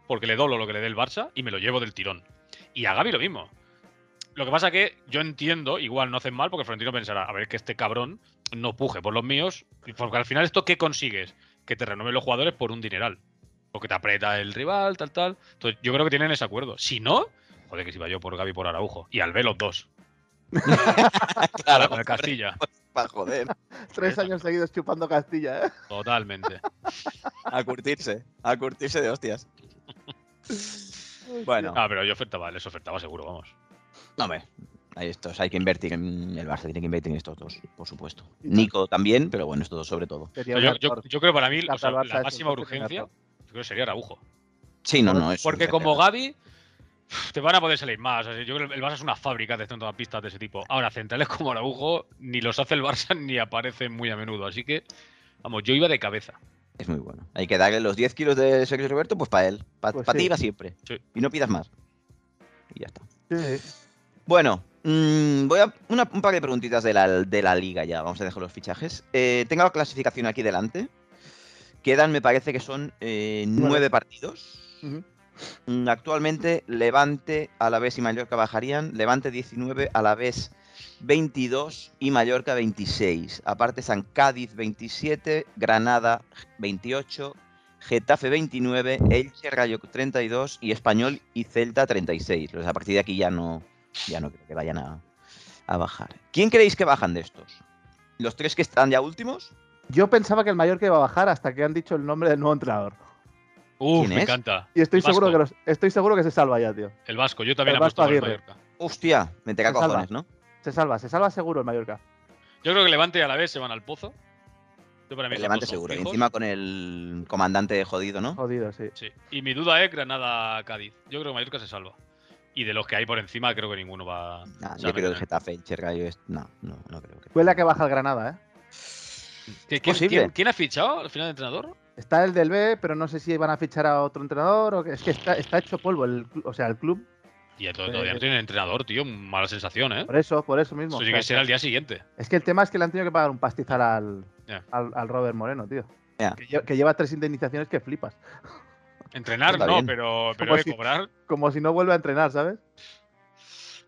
D: porque le doblo lo que le dé el Barça y me lo llevo del tirón. Y a Gaby lo mismo. Lo que pasa que yo entiendo, igual no hacen mal, porque Florentino pensará, a ver, que este cabrón no puje por los míos, y porque al final esto, ¿qué consigues? Que te renueven los jugadores por un dineral. O que te aprieta el rival, tal, tal. Entonces, yo creo que tienen ese acuerdo. Si no, joder, que si va yo por Gaby por Araujo. Y al B los dos.
A: Claro,
D: Con el Castilla.
A: para joder,
C: Tres años seguidos chupando Castilla, ¿eh?
D: Totalmente.
A: a curtirse, a curtirse de hostias. Bueno,
D: Ah, pero yo ofertaba, les ofertaba seguro, vamos.
A: no me. Hay estos, hay que invertir en el Barça, tiene que invertir en estos dos, por supuesto.
C: Y tal.
A: Nico también, pero bueno, estos dos sobre todo.
C: Sería
D: Yo,
C: un
D: yo- yo
C: actor.
D: creo que para mí o
C: Plaza
D: sea,
C: Barça es
D: la
C: un
D: máxima
C: perfecto
D: urgencia
C: actor.
D: yo creo que sería Araujo.
A: Sí, no, no. es
D: Porque
A: un
D: como
A: certeza.
D: Gaby, te van a poder salir más. Así, yo creo que el Barça es una fábrica de tantas pistas de ese tipo. Ahora, centrales como Araujo ni los hace el Barça ni aparecen muy a menudo. Así que, vamos, yo iba de cabeza.
A: Es muy bueno. Hay que darle los 10 kilos de Sergio Roberto, pues para él. Para
C: Pues
A: ti
C: sí.
A: va siempre.
D: Sí.
A: Y no pidas más. Y ya está.
C: Sí, sí.
A: Bueno, mm, voy a una- un par de preguntitas de la, de la liga ya. Vamos a dejar los fichajes. Eh, tengo la clasificación aquí delante. Quedan, me parece que son eh,
C: Nueve.
A: nueve partidos.
C: Ujú.
A: Mm, Actualmente Levante, Alavés y Mallorca bajarían. Levante 19, Alavés 22 y Mallorca 26. Aparte están Cádiz 27, Granada 28, Getafe 29, Elche, Rayo 32 y Español y Celta 36. Entonces, a partir de aquí ya no, ya no creo que vayan a, a bajar. ¿Quién creéis que bajan de estos? ¿Los tres que están ya últimos?
C: Yo pensaba que el Mallorca iba a bajar hasta que han dicho el nombre del nuevo entrenador.
D: Uf,
A: ¿Quién
D: me
A: es?
D: encanta.
C: Y estoy
D: El Vasco,
C: seguro, que los- estoy seguro que se salva ya, tío.
D: El Vasco, yo también
C: el Vasco
D: apuesto por el
C: Aguirre.
D: Mallorca.
A: Hostia, me te
C: Se salva.
A: cojones, ¿no?
C: Se salva, se salva seguro el Mallorca.
D: Yo creo que Levante y Alavés se van al pozo. Yo para mí esos
A: Levante
D: dos son
A: seguro. Y
D: fijos.
A: encima con el comandante jodido, ¿no?
C: Jodido, sí.
D: Sí. Y mi duda es Granada-Cádiz. Yo creo que Mallorca se salva. Y de los que hay por encima, creo que ninguno va.
A: Nah,
D: se va a
A: yo creo
D: meter
A: que
D: en-
A: el Getafe, el Chergallo es. No, no, no creo que.
C: Huele a que baja el Granada, ¿eh?
D: ¿Qué- quién,
A: posible.
D: quién- quién ha fichado al final de entrenador?
C: Está el del B, pero no sé si van a fichar a otro entrenador o que es que está, está hecho polvo, el, cl- o sea, el club.
D: Y to-
C: Eh,
D: todavía no tiene entrenador, tío. Mala sensación, ¿eh?
C: Por eso, por eso Pues mismo.
D: Eso
C: o
D: sí
C: sea,
D: que será el día siguiente.
C: Es que el tema es que le han tenido que pagar un pastizal al,
D: Ya.
C: al, al Robert Moreno, tío.
A: Ya.
C: Que, lle- que lleva tres indemnizaciones que flipas.
D: Entrenar
A: Está
D: no,
A: bien.
D: pero, pero
C: Como
D: de
C: si-
D: cobrar,
C: Como si no vuelve a entrenar, ¿sabes?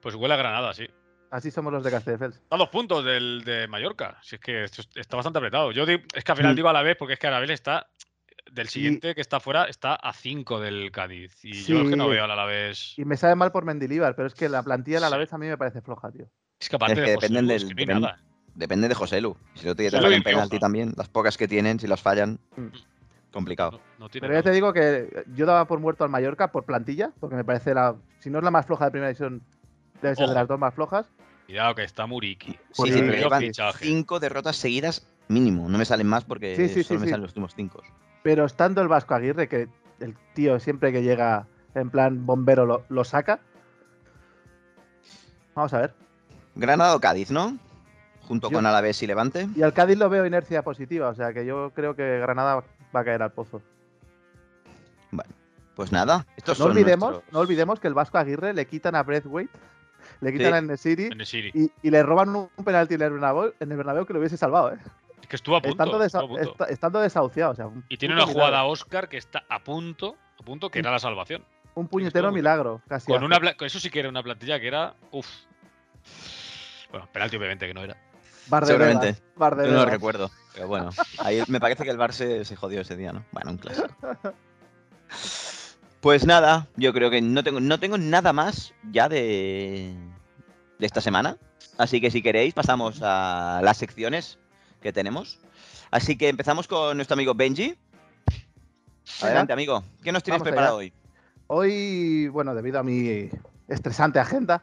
D: pues huele a Granada, sí.
C: Así somos los de Castelldefels.
D: A dos puntos del de Mallorca. Si es que esto es- está bastante apretado. Yo di- es que al final
C: Mm.
D: digo a la vez, porque es que Arabel está. Del siguiente que está fuera está a 5 del Cádiz. Y yo es que no
C: Sí.
D: veo al Alavés.
C: Y me sabe mal por Mendilíbar, pero es que la plantilla
D: Sí.
C: a la vez a mí me parece floja, tío.
D: Es que aparte
A: Es que
D: de José
A: dependen
D: Lu, es
A: del-
D: que no hay
A: dependen-
D: nada.
A: Depende de José Lu. Si no te
D: Joselu
A: tratan
D: y
A: un penalti
D: Rioja.
A: también, las pocas que tienen, si las fallan,
C: Mm.
A: complicado.
D: No, no tiene
C: Pero ya
D: nada.
C: te digo que yo daba por muerto al Mallorca por plantilla, porque me parece la. Si no es la más floja de primera división, debe ser
D: Ojo.
C: de las dos más flojas.
D: Cuidado que está Muriki.
A: Sí,
C: Pues
A: sí,
C: sí,
A: pero
C: sí,
A: llevan
C: sí.
D: fichaje.
A: cinco derrotas seguidas mínimo. No me salen más porque
C: Sí, sí,
A: solo
C: sí,
A: me
C: sí.
A: salen los últimos cinco.
C: Pero estando el Vasco Aguirre, que el tío siempre que llega en plan bombero lo, lo saca. Vamos a ver.
A: Granada o Cádiz, ¿no? Junto
C: Yo-
A: con Alavés y Levante.
C: Y al Cádiz lo veo inercia positiva, o sea que yo creo que Granada va a caer al pozo.
A: Pues nada, estos
C: No
A: son
C: olvidemos,
A: nuestros-
C: no olvidemos que el Vasco Aguirre le quitan a Breathwaite, le quitan a Nesiri
D: En el City.
C: y, y le roban un penalti en el Bernabéu, en el Bernabéu que lo hubiese salvado, ¿eh?
D: Es que estuvo a punto.
C: estando, desa-
D: estuvo a punto.
C: esta- estando desahuciado. O sea, un
D: Y tiene
C: puto
D: una
C: milagro.
D: jugada Oscar que está a punto, a punto que era la salvación.
C: Un
D: estuvo
C: puñetero
D: muy-
C: milagro, casi.
D: Con
C: hace.
D: una pla- con eso sí que era una plantilla que era. Uf. Bueno, penalti obviamente que no era.
C: Bardebebas,
A: Seguramente.
C: Bardebebas.
A: Yo no lo recuerdo. Pero bueno, ahí me parece que el Bar se, se jodió ese día, ¿no? Bueno, un clásico. Pues nada, yo creo que no tengo, no tengo nada más ya de, de esta semana. Así que si queréis, pasamos a las secciones que tenemos. Así que empezamos con nuestro amigo Benji. Adelante, amigo. ¿Qué nos tienes
C: Vamos allá.
A: preparado hoy?
C: Hoy, bueno, debido a mi estresante agenda,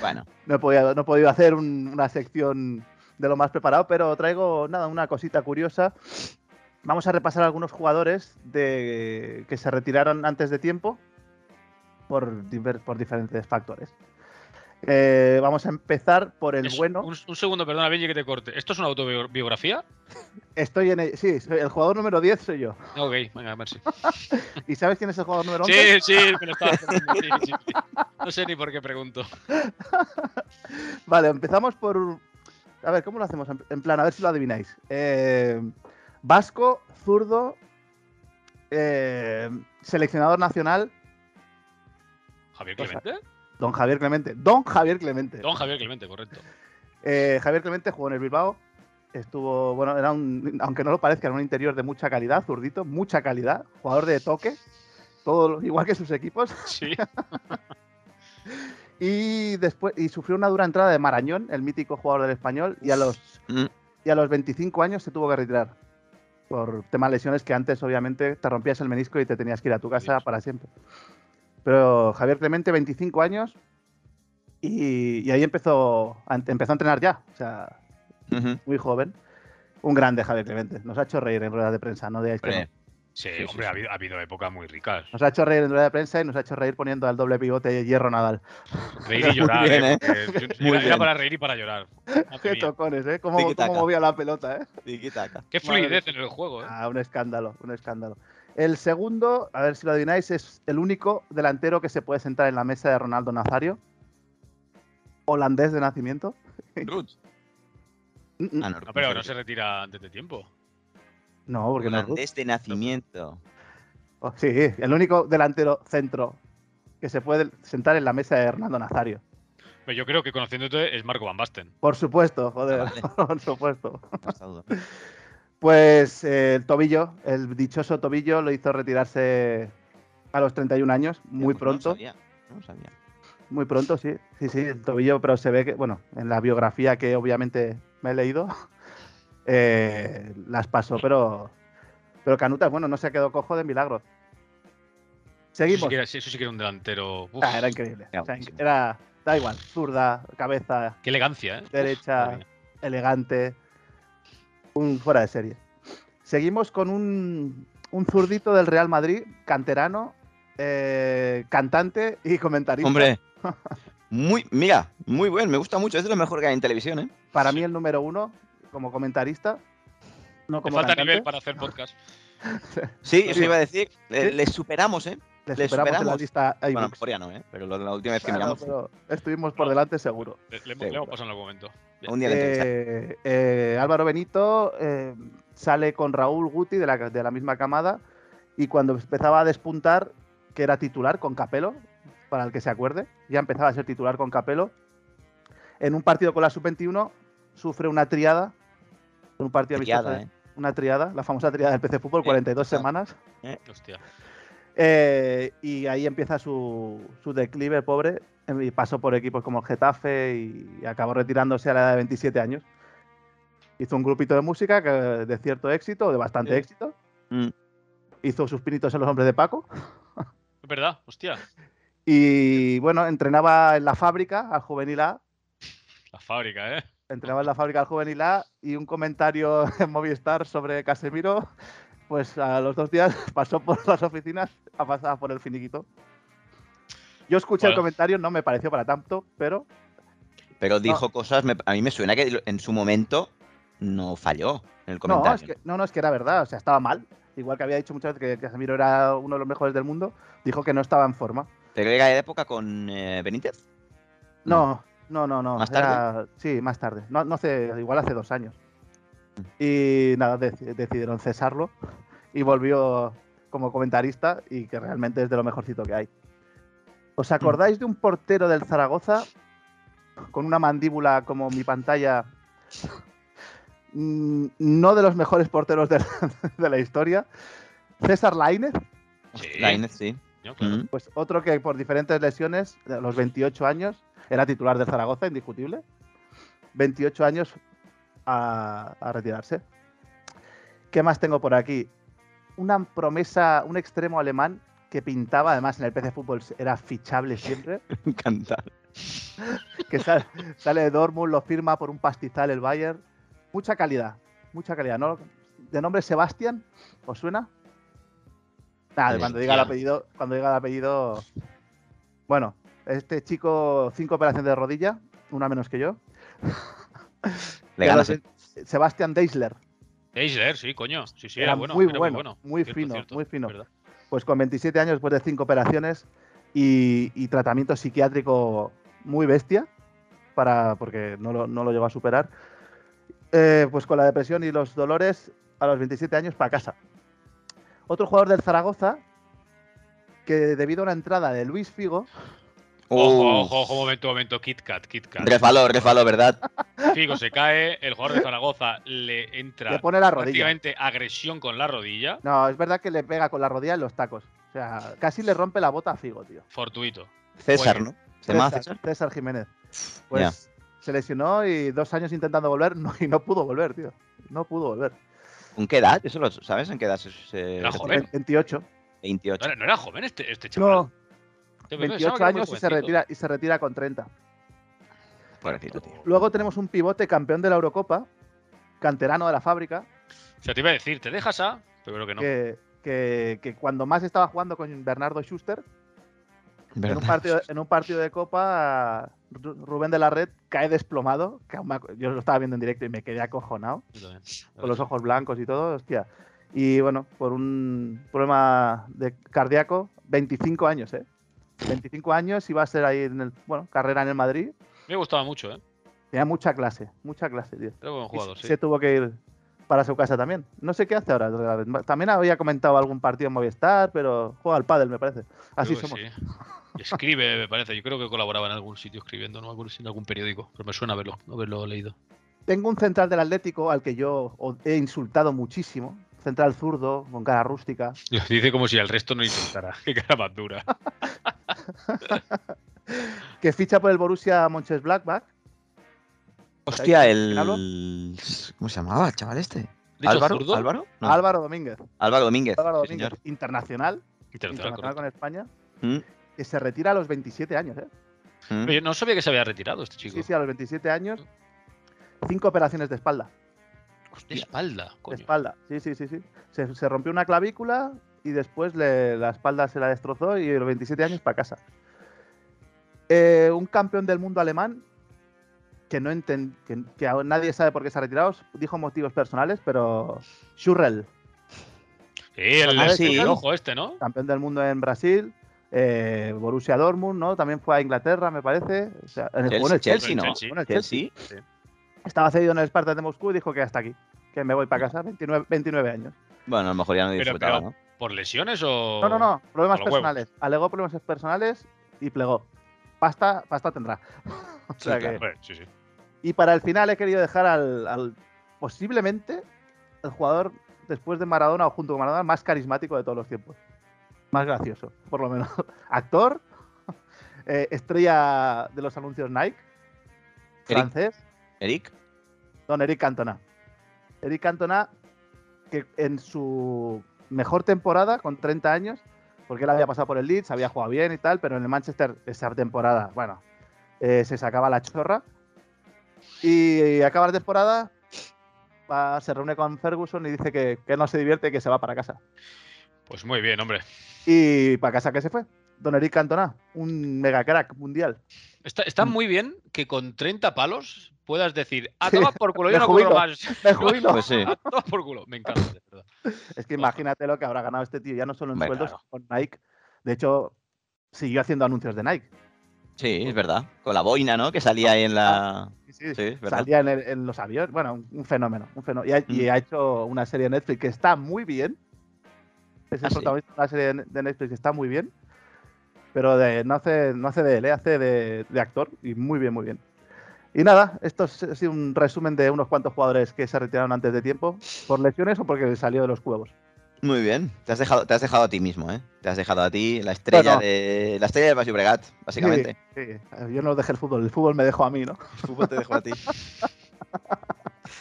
A: Bueno,
C: no he podido, no he podido hacer un- una sección de lo más preparado, pero traigo nada, una cosita curiosa. Vamos a repasar algunos jugadores de, que se retiraron antes de tiempo por, diver- por diferentes factores. Eh, vamos a empezar por el
D: Es-
C: bueno.
D: Un, un segundo, perdona, Benji, que te corte. ¿Esto es una autobiografía?
C: Estoy en el, sí, soy el jugador número 10 soy yo.
D: Ah, Ok, venga, merci.
C: ¿Y sabes quién es el jugador número 11?
D: Sí, sí, me lo estaba acordando, sí, sí, sí. No sé ni por qué pregunto.
C: Vale, empezamos por. A ver, ¿cómo lo hacemos? En plan, a ver si lo adivináis. Eh, vasco, zurdo, eh, seleccionador nacional,
D: ¿Javier
C: Pues,
D: Clemente?
C: don Javier Clemente. Don Javier Clemente.
D: Don Javier Clemente, correcto.
C: Eh, Javier Clemente jugó en el Bilbao. Estuvo, bueno, era un, aunque no lo parezca, era un interior de mucha calidad, zurdito, mucha calidad, jugador de toque, todo lo- igual que sus equipos.
D: Sí.
C: Y después y sufrió una dura entrada de Marañón, el mítico jugador del español, y a los,
A: Mm.
C: y a los 25 años se tuvo que retirar por temas lesiones que antes, obviamente, te rompías el menisco y te tenías que ir a tu casa
D: Dios.
C: para siempre. Pero Javier Clemente, 25 años, y, y ahí empezó, a- empezó a entrenar ya. O sea,
A: Ujú.
C: muy joven. Un grande Javier Clemente. Nos ha hecho reír en rueda de prensa, no digáis que
A: Hombre,
C: no.
D: Sí,
A: sí,
D: hombre,
A: sí.
D: Ha, habido, ha habido épocas muy ricas.
C: Nos ha hecho reír en rueda de prensa y nos ha hecho reír poniendo al doble pivote de hierro Nadal.
D: Reír y llorar.
A: bien,
D: eh,
A: ¿eh?
D: porque yo-
A: Muy
D: era, era
A: bien.
D: para reír y para llorar. Madre
C: Qué
D: mía.
C: tocones, ¿eh? Cómo,
A: Tiki-taka.
C: cómo movía la pelota, ¿eh?
A: Tiki-taka.
D: Qué
C: Madre
D: fluidez en el juego, ¿eh?
C: Ah, un escándalo, un escándalo. El segundo, a ver si lo adivináis, es el único delantero que se puede sentar en la mesa de Ronaldo Nazario. Holandés de nacimiento.
A: Ruth.
C: Mm, mm,
A: Ah, no,
D: No,
A: Ruth
D: pero
A: no
D: no
A: sé.
D: se retira antes de tiempo.
C: No, porque no es Ruth.
A: Holandés de este nacimiento.
C: Oh, Sí, el único delantero centro que se puede sentar en la mesa de Ronaldo Nazario.
D: Pero yo creo que conociéndote es Marco Van Basten.
C: Por supuesto, joder,
A: Ah, vale.
C: por supuesto.
A: no está duda.
C: Pues eh, el tobillo, el dichoso tobillo lo hizo retirarse a los 31 años, muy
A: No
C: pronto,
A: sabía, No sabía.
C: muy pronto, sí, sí, sí, el tobillo, pero se ve que, bueno, en la biografía que obviamente me he leído, eh, las pasó, pero, pero Canutas, bueno, no se quedó cojo de milagro.
D: Eso sí,
C: Seguimos.
D: que era, eso sí que era un delantero. Uf,
C: Ah, era increíble.
A: Era
C: O sea,
A: buenísimo.
C: era, da igual, zurda, cabeza,
D: Qué elegancia, ¿eh? Uf,
C: Derecha.
A: Ah,
D: madre mía.
C: elegante, un fuera de serie. Seguimos con un, un zurdito del Real Madrid, canterano, eh, cantante y comentarista.
A: Hombre. Muy, mira, muy buen, me gusta mucho. Es de lo mejor que hay en televisión, ¿eh?
C: Para mí el número uno como comentarista. No
D: Te
C: como
D: falta
C: cantante.
D: nivel para hacer podcast.
A: Sí,
C: Sí,
A: eso
C: Pues sí.
A: iba a decir. Le,
C: Sí.
A: le superamos, ¿eh?
C: Le
A: le
C: superamos en la
A: superamos.
C: lista a
A: Bueno,
C: iBooks.
A: Corea no, ¿eh? Pero lo de la última vez que
C: Claro,
A: miramos.
C: pero estuvimos por delante seguro.
D: Le,
A: Sí,
D: le hemos- le hemos
A: claro.
D: pasado en algún momento.
A: Un día le entrevistaré.
C: Eh, eh, Álvaro Benito eh, sale con Raúl Guti de la, de la misma camada y cuando empezaba a despuntar, que era titular con Capelo, para el que se acuerde, ya empezaba a ser titular con Capelo, en un partido con la sub-21 sufre una triada, un partido amistoso
A: Triada,
C: de-
A: ¿eh?
C: una triada, la famosa triada del PC Fútbol,
A: Eh,
C: 42
A: claro.
C: semanas,
D: Hostia.
C: eh, y ahí empieza su, su declive, pobre. em, Y pasó por equipos como el Getafe y, y acabó retirándose a la edad de 27 años. Hizo un grupito de música que, de cierto éxito, o de bastante
D: Sí.
C: éxito.
A: Mm.
C: Hizo sus pinitos en los hombres de Paco.
D: Es verdad, hostia.
C: Y bueno, entrenaba en la fábrica al juvenil A.
D: La fábrica, ¿eh?
C: Entrenaba en la fábrica al juvenil A. Y un comentario en Movistar sobre Casemiro. Pues a los dos días pasó por las oficinas a pasar por el finiquito. Yo escuché el
D: Bueno.
C: comentario, no me pareció para tanto, pero
A: Pero dijo cosas, me- a mí me suena que en su momento no falló en el comentario.
C: No, es que, no, no, es que era verdad, o sea, estaba mal. Igual que había dicho muchas veces que Casemiro era uno de los mejores del mundo, dijo que no estaba en forma.
A: Pero era de época con eh, Benítez.
C: No, no, no, no.
A: ¿Más
C: era-
A: tarde?
C: sí, más tarde. No, no hace, igual hace dos años.
A: Mm.
C: Y nada, deci- decidieron cesarlo y volvió como comentarista y que realmente es de lo mejorcito que hay.
A: Mm.
C: ¿Os acordáis de un portero del Zaragoza con una mandíbula como mi pantalla? Mm, No de los mejores porteros de la, de la historia. César Lainez,
D: Sí.
A: Mm. Lainez, sí.
D: Yo, claro.
A: Mm.
C: pues otro que por diferentes lesiones, a los 28 años, era titular del Zaragoza, indiscutible. 28 años a, a retirarse. ¿Qué más tengo por aquí? Una promesa, un extremo alemán que pintaba, además en el PC Fútbol era fichable siempre,
A: Me encanta.
C: que sal- sale, de Dortmund, lo firma por un pastizal el Bayern. Mucha calidad, mucha calidad, ¿no? De nombre Sebastián, ¿os suena? Nada, cuando diga el
D: Sebastián.
C: apellido, cuando diga el apellido. Bueno, este chico, cinco operaciones de rodilla, una menos que yo.
A: Le ganas. ¿eh?
C: Sebastián Deisler,
D: Eisler, sí, coño. Sí, sí,
C: Era
D: era, bueno,
C: muy
D: era
C: bueno, muy fino, muy fino.
D: ¿verdad?
C: pues con 27 años después de cinco operaciones, y, y tratamiento psiquiátrico muy bestia, para, porque no lo, no lo llegó a superar. Eh, pues con la depresión y los dolores, a los 27 años para casa. Otro jugador del Zaragoza, que debido a una entrada de Luis Figo,
D: Ojo, ojo, ojo, momento, momento. Kit Kat, Kit Kat.
A: Refaló, refaló, ¿verdad?
D: Figo se cae, el jugador de Zaragoza le entra
C: le pone la rodilla.
D: prácticamente agresión con la rodilla.
C: No, es verdad que le pega con la rodilla en los tacos. O sea, casi le rompe la bota a Figo, tío.
D: Fortuito.
A: César,
D: Bueno.
A: ¿no? ¿Se llama
C: César,
A: César?
C: César Jiménez. Pues se lesionó y dos años intentando volver no- y no pudo volver, tío. No pudo volver.
A: ¿Con qué edad? ¿Eso lo sabes? ¿En qué edad? eh, se- se-
D: Era
A: se-
D: joven.
C: 28.
D: No
A: 28.
D: era, no era joven este, este chaval.
C: No,
D: Yo pensaba que era
C: 28
D: muy
C: años y se,
D: jovencito.
C: retira, y se retira con 30.
A: Pobrecito, tío.
C: Luego tenemos un pivote campeón de la Eurocopa, canterano de la fábrica,
D: O sea, te iba a decir, ¿te dejas a? Pero creo que no.
C: que, que- que cuando más estaba jugando con Bernardo Schuster, en un,
A: ¿Verdad?
C: partido, en un partido de Copa, Ru- Rubén de la Red cae desplomado. que aún me acu- yo lo estaba viendo en directo y me quedé acojonado,
D: Yo también.
C: con los ojos blancos y todo, hostia. Y bueno, por un problema de cardíaco, 25 años, ¿eh? 25 años y va a ser ahí, en el, bueno, carrera en el Madrid.
D: Me gustaba mucho, ¿eh?
C: Tenía mucha clase, mucha clase, tío.
D: Era buen
C: Y
D: jugador,
C: se-
D: sí.
C: se tuvo que ir para su casa también. No sé qué hace ahora. la verdad. También había comentado algún partido en Movistar, pero juega al pádel, me parece. Así
D: Creo que
C: somos.
D: sí. Y Escribe, me parece. Yo creo que colaboraba en algún sitio escribiendo, ¿no? Algún- en algún periódico. Pero me suena haberlo, haberlo leído.
C: Tengo un central del Atlético al que yo o- he insultado muchísimo. Central zurdo, con cara rústica.
D: Lo dice como si al resto no insultara. Qué cara más dura.
C: Que ficha por el Borussia Monches Blackback.
A: Hostia, el.
C: quién habló?
A: ¿Cómo se llamaba el chaval este?
D: Dicho
A: ¿Álvaro?
D: zurdo,
A: ¿Álvaro? No,
C: Álvaro Domínguez.
A: Álvaro Domínguez.
C: Álvaro
A: sí,
C: Domínguez,
A: señor.
C: internacional.
D: internacional,
C: Internacional con España.
A: Mm,
C: Que se retira a los 27 años. ¿eh?
A: mm.
D: Pero yo no sabía que se había retirado este chico.
C: Sí, sí, a los 27 años. Cinco operaciones de espalda.
D: De espalda, coño.
C: De espalda, sí, sí, sí. sí. Se, se rompió una clavícula y después le- la espalda se la destrozó y a los 27 años para casa. Eh, un campeón del mundo alemán que no enten- que, que aún nadie sabe por qué se ha retirado, dijo motivos personales, pero Schurrel,
D: Sí, Eh, el,
A: Ah,
D: el
A: sí.
D: pelirrojo este, ¿no?
C: campeón del mundo en Brasil, eh, Borussia Dortmund, ¿no? También fue a Inglaterra, me parece. O sea, en el,
A: Chelsea,
C: bueno, el Chelsea,
A: Chelsea, ¿no?
D: Chelsea.
C: bueno, el Chelsea.
A: Chelsea.
C: Estaba cedido en el Spartak de Moscú y dijo que hasta aquí, que me voy para casa, 29, 29 años.
A: Bueno, a lo mejor ya no
D: Pero-
A: disfrutaba,
D: pero-
A: ¿no?
D: ¿Por lesiones o.?
C: No, no, no. Problemas
D: a Oh, los huevos.
C: personales. Alegó problemas personales y plegó. Pasta, pasta tendrá. O sea que-
D: Hombre, sí, sí.
C: Y para el final he querido dejar al, al- posiblemente el jugador después de Maradona o junto con Maradona más carismático de todos los tiempos. Más gracioso, por lo menos. Actor, eh, estrella de los anuncios Nike, francés,
A: Eric.
C: don Eric Cantona. Eric Cantona, que en su mejor temporada, con 30 años, porque él había pasado por el Leeds, había jugado bien y tal, pero en el Manchester esa temporada, bueno, eh, se sacaba la chorra. Y acaba la temporada, va- se reúne con Ferguson y dice que, que no se divierte y que se va para casa.
D: Pues muy bien, hombre.
C: ¿Y para casa que se fue? Don Eric Cantona, un mega crack mundial.
D: Está, está
C: Mm.
D: muy bien que con 30 palos puedas decir, a
C: Sí,
D: tomar por culo,
C: me
D: yo no cubro
C: jubilo.
D: más.
C: Me jubilo.
A: Pues sí.
D: A tomar por culo. Me encanta, de verdad.
C: Es que imagínate lo que habrá ganado este tío, ya no solo en
A: Hombre,
C: sueldos,
D: claro.
C: con Nike. De hecho, siguió haciendo anuncios de Nike.
A: Sí, es verdad. Con la boina, ¿no? Que salía ahí en la.
C: Sí, sí.
A: Sí, es verdad.
C: Salía en, el- en los aviones. Bueno, un, un fenómeno. Un fenómeno. Y, ha, y
A: Mm.
C: ha hecho una serie de Netflix que está muy bien. Es el
A: Ah, sí.
C: protagonista de una serie de Ne- de Netflix que está muy bien. Pero de- no, hace, no hace de él, ¿eh? hace de, de actor. Y muy bien, muy bien. Y nada, esto es- ha sido un resumen de unos cuantos jugadores que se retiraron antes de tiempo, por lesiones o porque les salió de los huevos.
A: Muy bien. Te has, dejado, te has dejado a ti mismo, ¿eh? Te has dejado a ti la estrella
C: Bueno.
A: de. La estrella de Basi Bregat, básicamente.
C: Sí, sí. Yo no dejé el fútbol, el fútbol me dejó a mí, ¿no?
A: El fútbol te dejó a ti.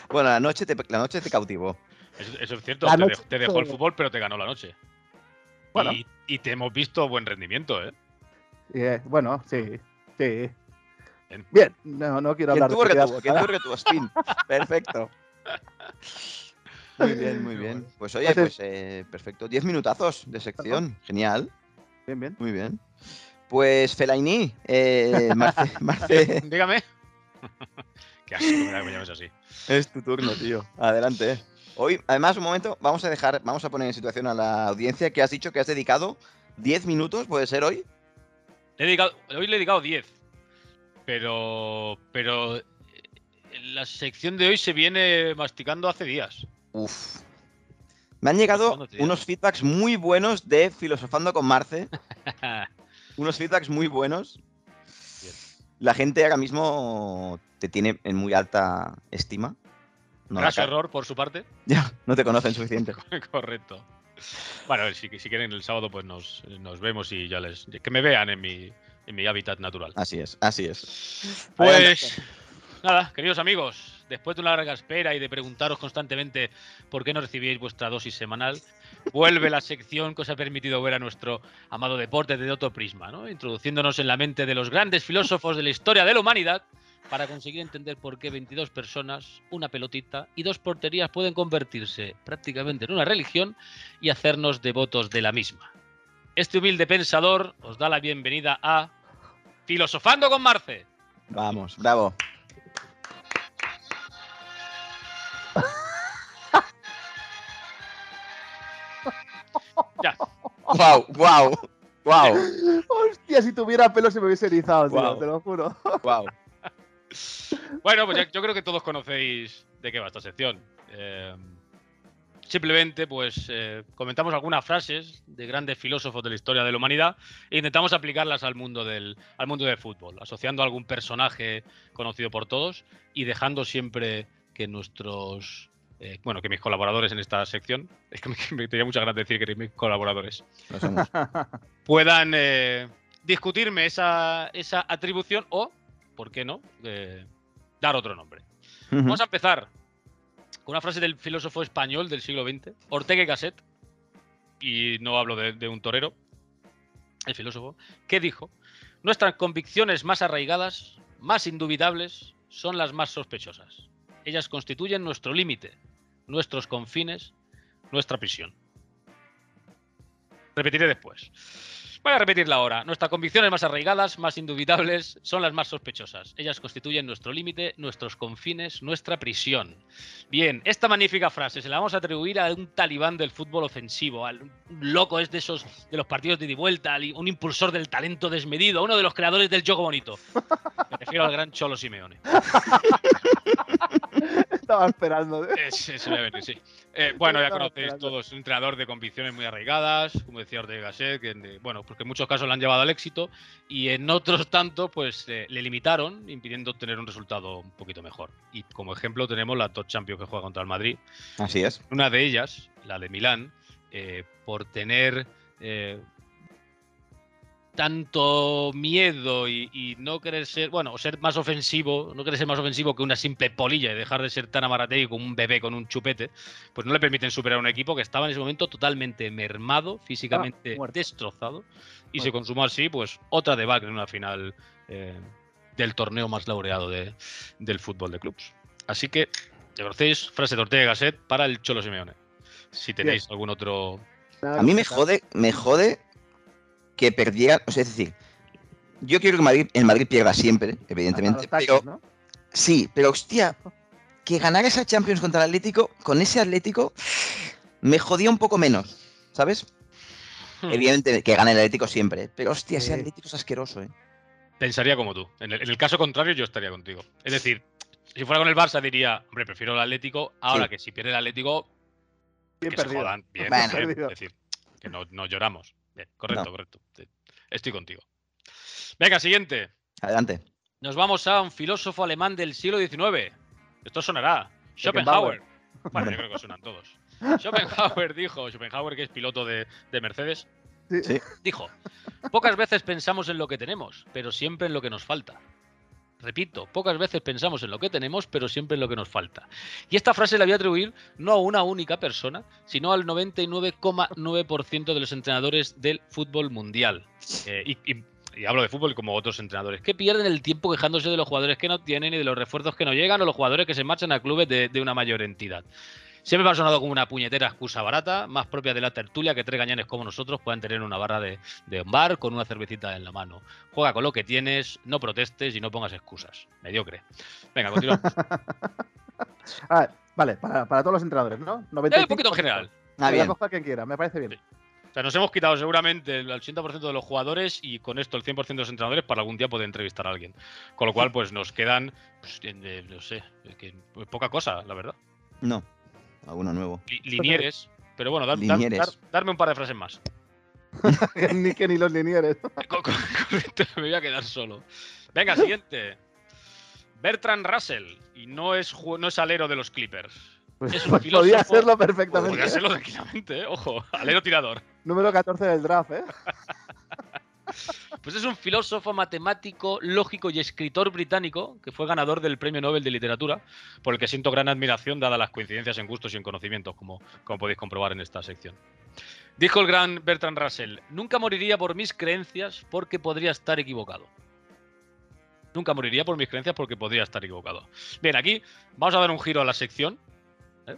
A: bueno, la noche te, la noche te cautivó.
D: Eso, eso es cierto.
C: La
D: Te,
C: noche
D: dejó, te dejó el
C: sobre.
D: fútbol, pero te ganó la noche.
C: Bueno.
D: Y, y te hemos visto buen rendimiento, ¿eh?
C: Y, eh, bueno, sí, sí.
D: Bien.
C: Bien, no, no quiero
A: ¿Quién
C: hablar
A: tuvo
C: de
A: retuvo? ¿Quién tuvo retuvo? Spin. Perfecto. Muy bien, muy bien. Pues oye,
C: Entonces-
A: pues eh, perfecto. Diez minutazos de sección. Genial.
C: Bien, bien.
A: Muy bien. Pues Felaini, eh, Marce, Marce,
D: Dígame. Qué asco me da que me llames así.
A: es tu turno, tío. Adelante. Hoy, además, un momento, vamos a dejar, vamos a poner en situación a la audiencia que has dicho que has dedicado 10 minutos, puede ser hoy,
D: Le he dedicado, hoy le he dedicado 10. Pero, pero eh, la sección de hoy se viene masticando hace días.
A: Uf. Me han llegado
D: Bueno, tío.
A: unos feedbacks muy buenos de Filosofando con Marce. unos feedbacks muy buenos.
D: Bien.
A: La gente ahora mismo te tiene en muy alta estima. No, la
D: Graso
A: ca-
D: error por su parte.
A: Ya, no te conocen suficiente.
D: Correcto. Bueno, a ver, si, si quieren el sábado, pues nos, nos vemos y ya les. Que me vean en mi, en mi hábitat natural.
A: Así es, así es.
D: Pues nada, queridos amigos, después de una larga espera y de preguntaros constantemente por qué no recibíais vuestra dosis semanal, vuelve la sección que os ha permitido ver a nuestro amado deporte desde otro prisma, ¿no? introduciéndonos en la mente de los grandes filósofos de la historia de la humanidad para conseguir entender por qué 22 personas, una pelotita y dos porterías pueden convertirse prácticamente en una religión y hacernos devotos de la misma. Este humilde pensador os da la bienvenida a Filosofando con Marce.
A: Vamos, bravo.
D: Ya.
A: Wow, wow, wow,
C: Hostia, si tuviera pelo se me hubiese erizado, tío,
A: Guau.
C: te lo juro.
A: wow.
D: Bueno, pues ya- yo creo que todos conocéis de qué va esta sección. Eh, simplemente, pues eh, comentamos algunas frases de grandes filósofos de la historia de la humanidad e intentamos aplicarlas al mundo del al mundo del fútbol, asociando a algún personaje conocido por todos y dejando siempre que nuestros eh, bueno, que mis colaboradores en esta sección, es que me, me tenía muchas ganas de decir que mis colaboradores,
A: Lo somos.
D: puedan eh, discutirme esa, esa atribución o, ¿por qué no?, Eh, dar otro nombre. Vamos a empezar con una frase del filósofo español del siglo XX, Ortega y Gasset, y no hablo de, de un torero, el filósofo, que dijo, nuestras convicciones más arraigadas, más indubitables, son las más sospechosas. Ellas constituyen nuestro límite, nuestros confines, nuestra prisión. Repetiré después. Voy a repetirla ahora. Nuestras convicciones más arraigadas, más indubitables, son las más sospechosas. Ellas constituyen nuestro límite, nuestros confines, nuestra prisión. Bien, esta magnífica frase se la vamos a atribuir a un talibán del fútbol ofensivo, al un loco es de esos de los partidos de ida y vuelta, al- un impulsor del talento desmedido, uno de los creadores del juego bonito. Me refiero al gran Cholo Simeone.
C: Estaba esperando. ¿eh?
D: Eh, sí, sí, voy a venir, sí. Eh, bueno, ya
C: Estaba
D: conocéis
C: esperando.
D: todos, un entrenador de convicciones muy arraigadas, como decía Ortega y Gasset, que en, eh, bueno, porque en muchos casos lo han llevado al éxito y en otros tanto, pues eh, le limitaron, impidiendo obtener un resultado un poquito mejor. Y como ejemplo tenemos las dos Champions que juega contra el Madrid,
A: Así es.
D: una de ellas, la de Milán, eh, por tener eh, tanto miedo y, y no querer ser, bueno, o ser más ofensivo, no querer ser más ofensivo que una simple polilla y dejar de ser tan amarateco como un bebé con un chupete, pues no le permiten superar a un equipo que estaba en ese momento totalmente mermado, físicamente
C: Ah, muerto.
D: destrozado, y
C: Muerto.
D: se consumó así, pues otra debacle en una final eh, del torneo más laureado de- del fútbol de clubs. Así que, ya conocéis, frase de Ortega y Gasset para el Cholo Simeone. Si tenéis algún otro.
A: A mí me jode, me jode que perdiera. O sea, es decir, yo quiero que Madrid, el Madrid pierda siempre, evidentemente.
C: Hasta los
A: pero
C: taxis, ¿no?
A: sí, pero hostia, que ganar esa Champions contra el Atlético, con ese Atlético, me jodía un poco menos, ¿sabes?
D: Hmm.
A: Evidentemente que gana el Atlético siempre, ¿eh? pero hostia, ese
C: Sí.
A: Atlético es asqueroso, ¿eh?
D: Pensaría como tú. En el, en el caso contrario, yo estaría contigo. Es decir, si fuera con el Barça, diría, hombre, prefiero el Atlético. Ahora
A: Sí.
D: que si pierde el Atlético,
C: Bien
D: que
C: perdido.
D: se jodan. Bien,
A: Bueno.
D: bien.
C: Perdido.
D: Es decir, que no, no lloramos. Bien, correcto, correcto. Sí. Estoy contigo. Venga, siguiente.
A: Adelante.
D: Nos vamos a un filósofo alemán del siglo XIX. Esto sonará.
C: Beckenbauer.
D: Schopenhauer. Bueno, yo creo que suenan todos. Schopenhauer dijo, Schopenhauer que es piloto de, de Mercedes,
C: Sí.
A: Sí.
D: dijo, pocas veces pensamos en lo que tenemos, pero siempre en lo que nos falta. Repito, pocas veces pensamos en lo que tenemos, pero siempre en lo que nos falta. Y esta frase la voy a atribuir no a una única persona, sino al 99,9% de los entrenadores del fútbol mundial. Eh, y, y- y hablo de fútbol como otros entrenadores, que pierden el tiempo quejándose de los jugadores que no tienen y de los refuerzos que no llegan o los jugadores que se marchan a clubes de, de una mayor entidad. Siempre me ha sonado como una puñetera excusa barata, más propia de la tertulia que tres gañanes como nosotros puedan tener en una barra de, de un bar con una cervecita en la mano. Juega con lo que tienes, no protestes y no pongas excusas. Mediocre. Venga, continuamos.
C: Ah, vale, para, para todos los entrenadores, ¿no?
D: Eh,
C: 95.
D: un poquito en general.
A: Ah,
C: Me la
A: bien.
C: cojo a quien quiera, me parece bien.
D: O sea, nos hemos quitado seguramente el 80% de los jugadores y con esto el 100% de los entrenadores para algún día poder entrevistar a alguien. Con lo cual, pues nos quedan, pues, en- eh, no sé, eh, que, pues, poca cosa, la verdad.
A: No, alguno nuevo.
D: Li- Linieres. Pero bueno, dar- dar-
A: Linieres.
D: dar- darme un par de frases más.
C: ni que ni los linieres.
D: Co- co- Correcto, me voy a quedar solo. Venga, siguiente. Bertrand Russell. Y no es, ju- no es alero de los Clippers. Es
C: Pues
D: un
C: podía
D: filósofo.
C: hacerlo
D: Podría
C: perfectamente.
D: serlo tranquilamente, ¿eh? ojo. Alero tirador.
C: Número 14 del draft, ¿eh?
D: Pues es un filósofo, matemático, lógico y escritor británico que fue ganador del Premio Nobel de Literatura, por el que siento gran admiración dadas las coincidencias en gustos y en conocimientos, como, como podéis comprobar en esta sección. Dijo el gran Bertrand Russell, nunca moriría por mis creencias porque podría estar equivocado. Nunca moriría por mis creencias porque podría estar equivocado. Bien, aquí vamos a dar un giro a la sección. ¿eh?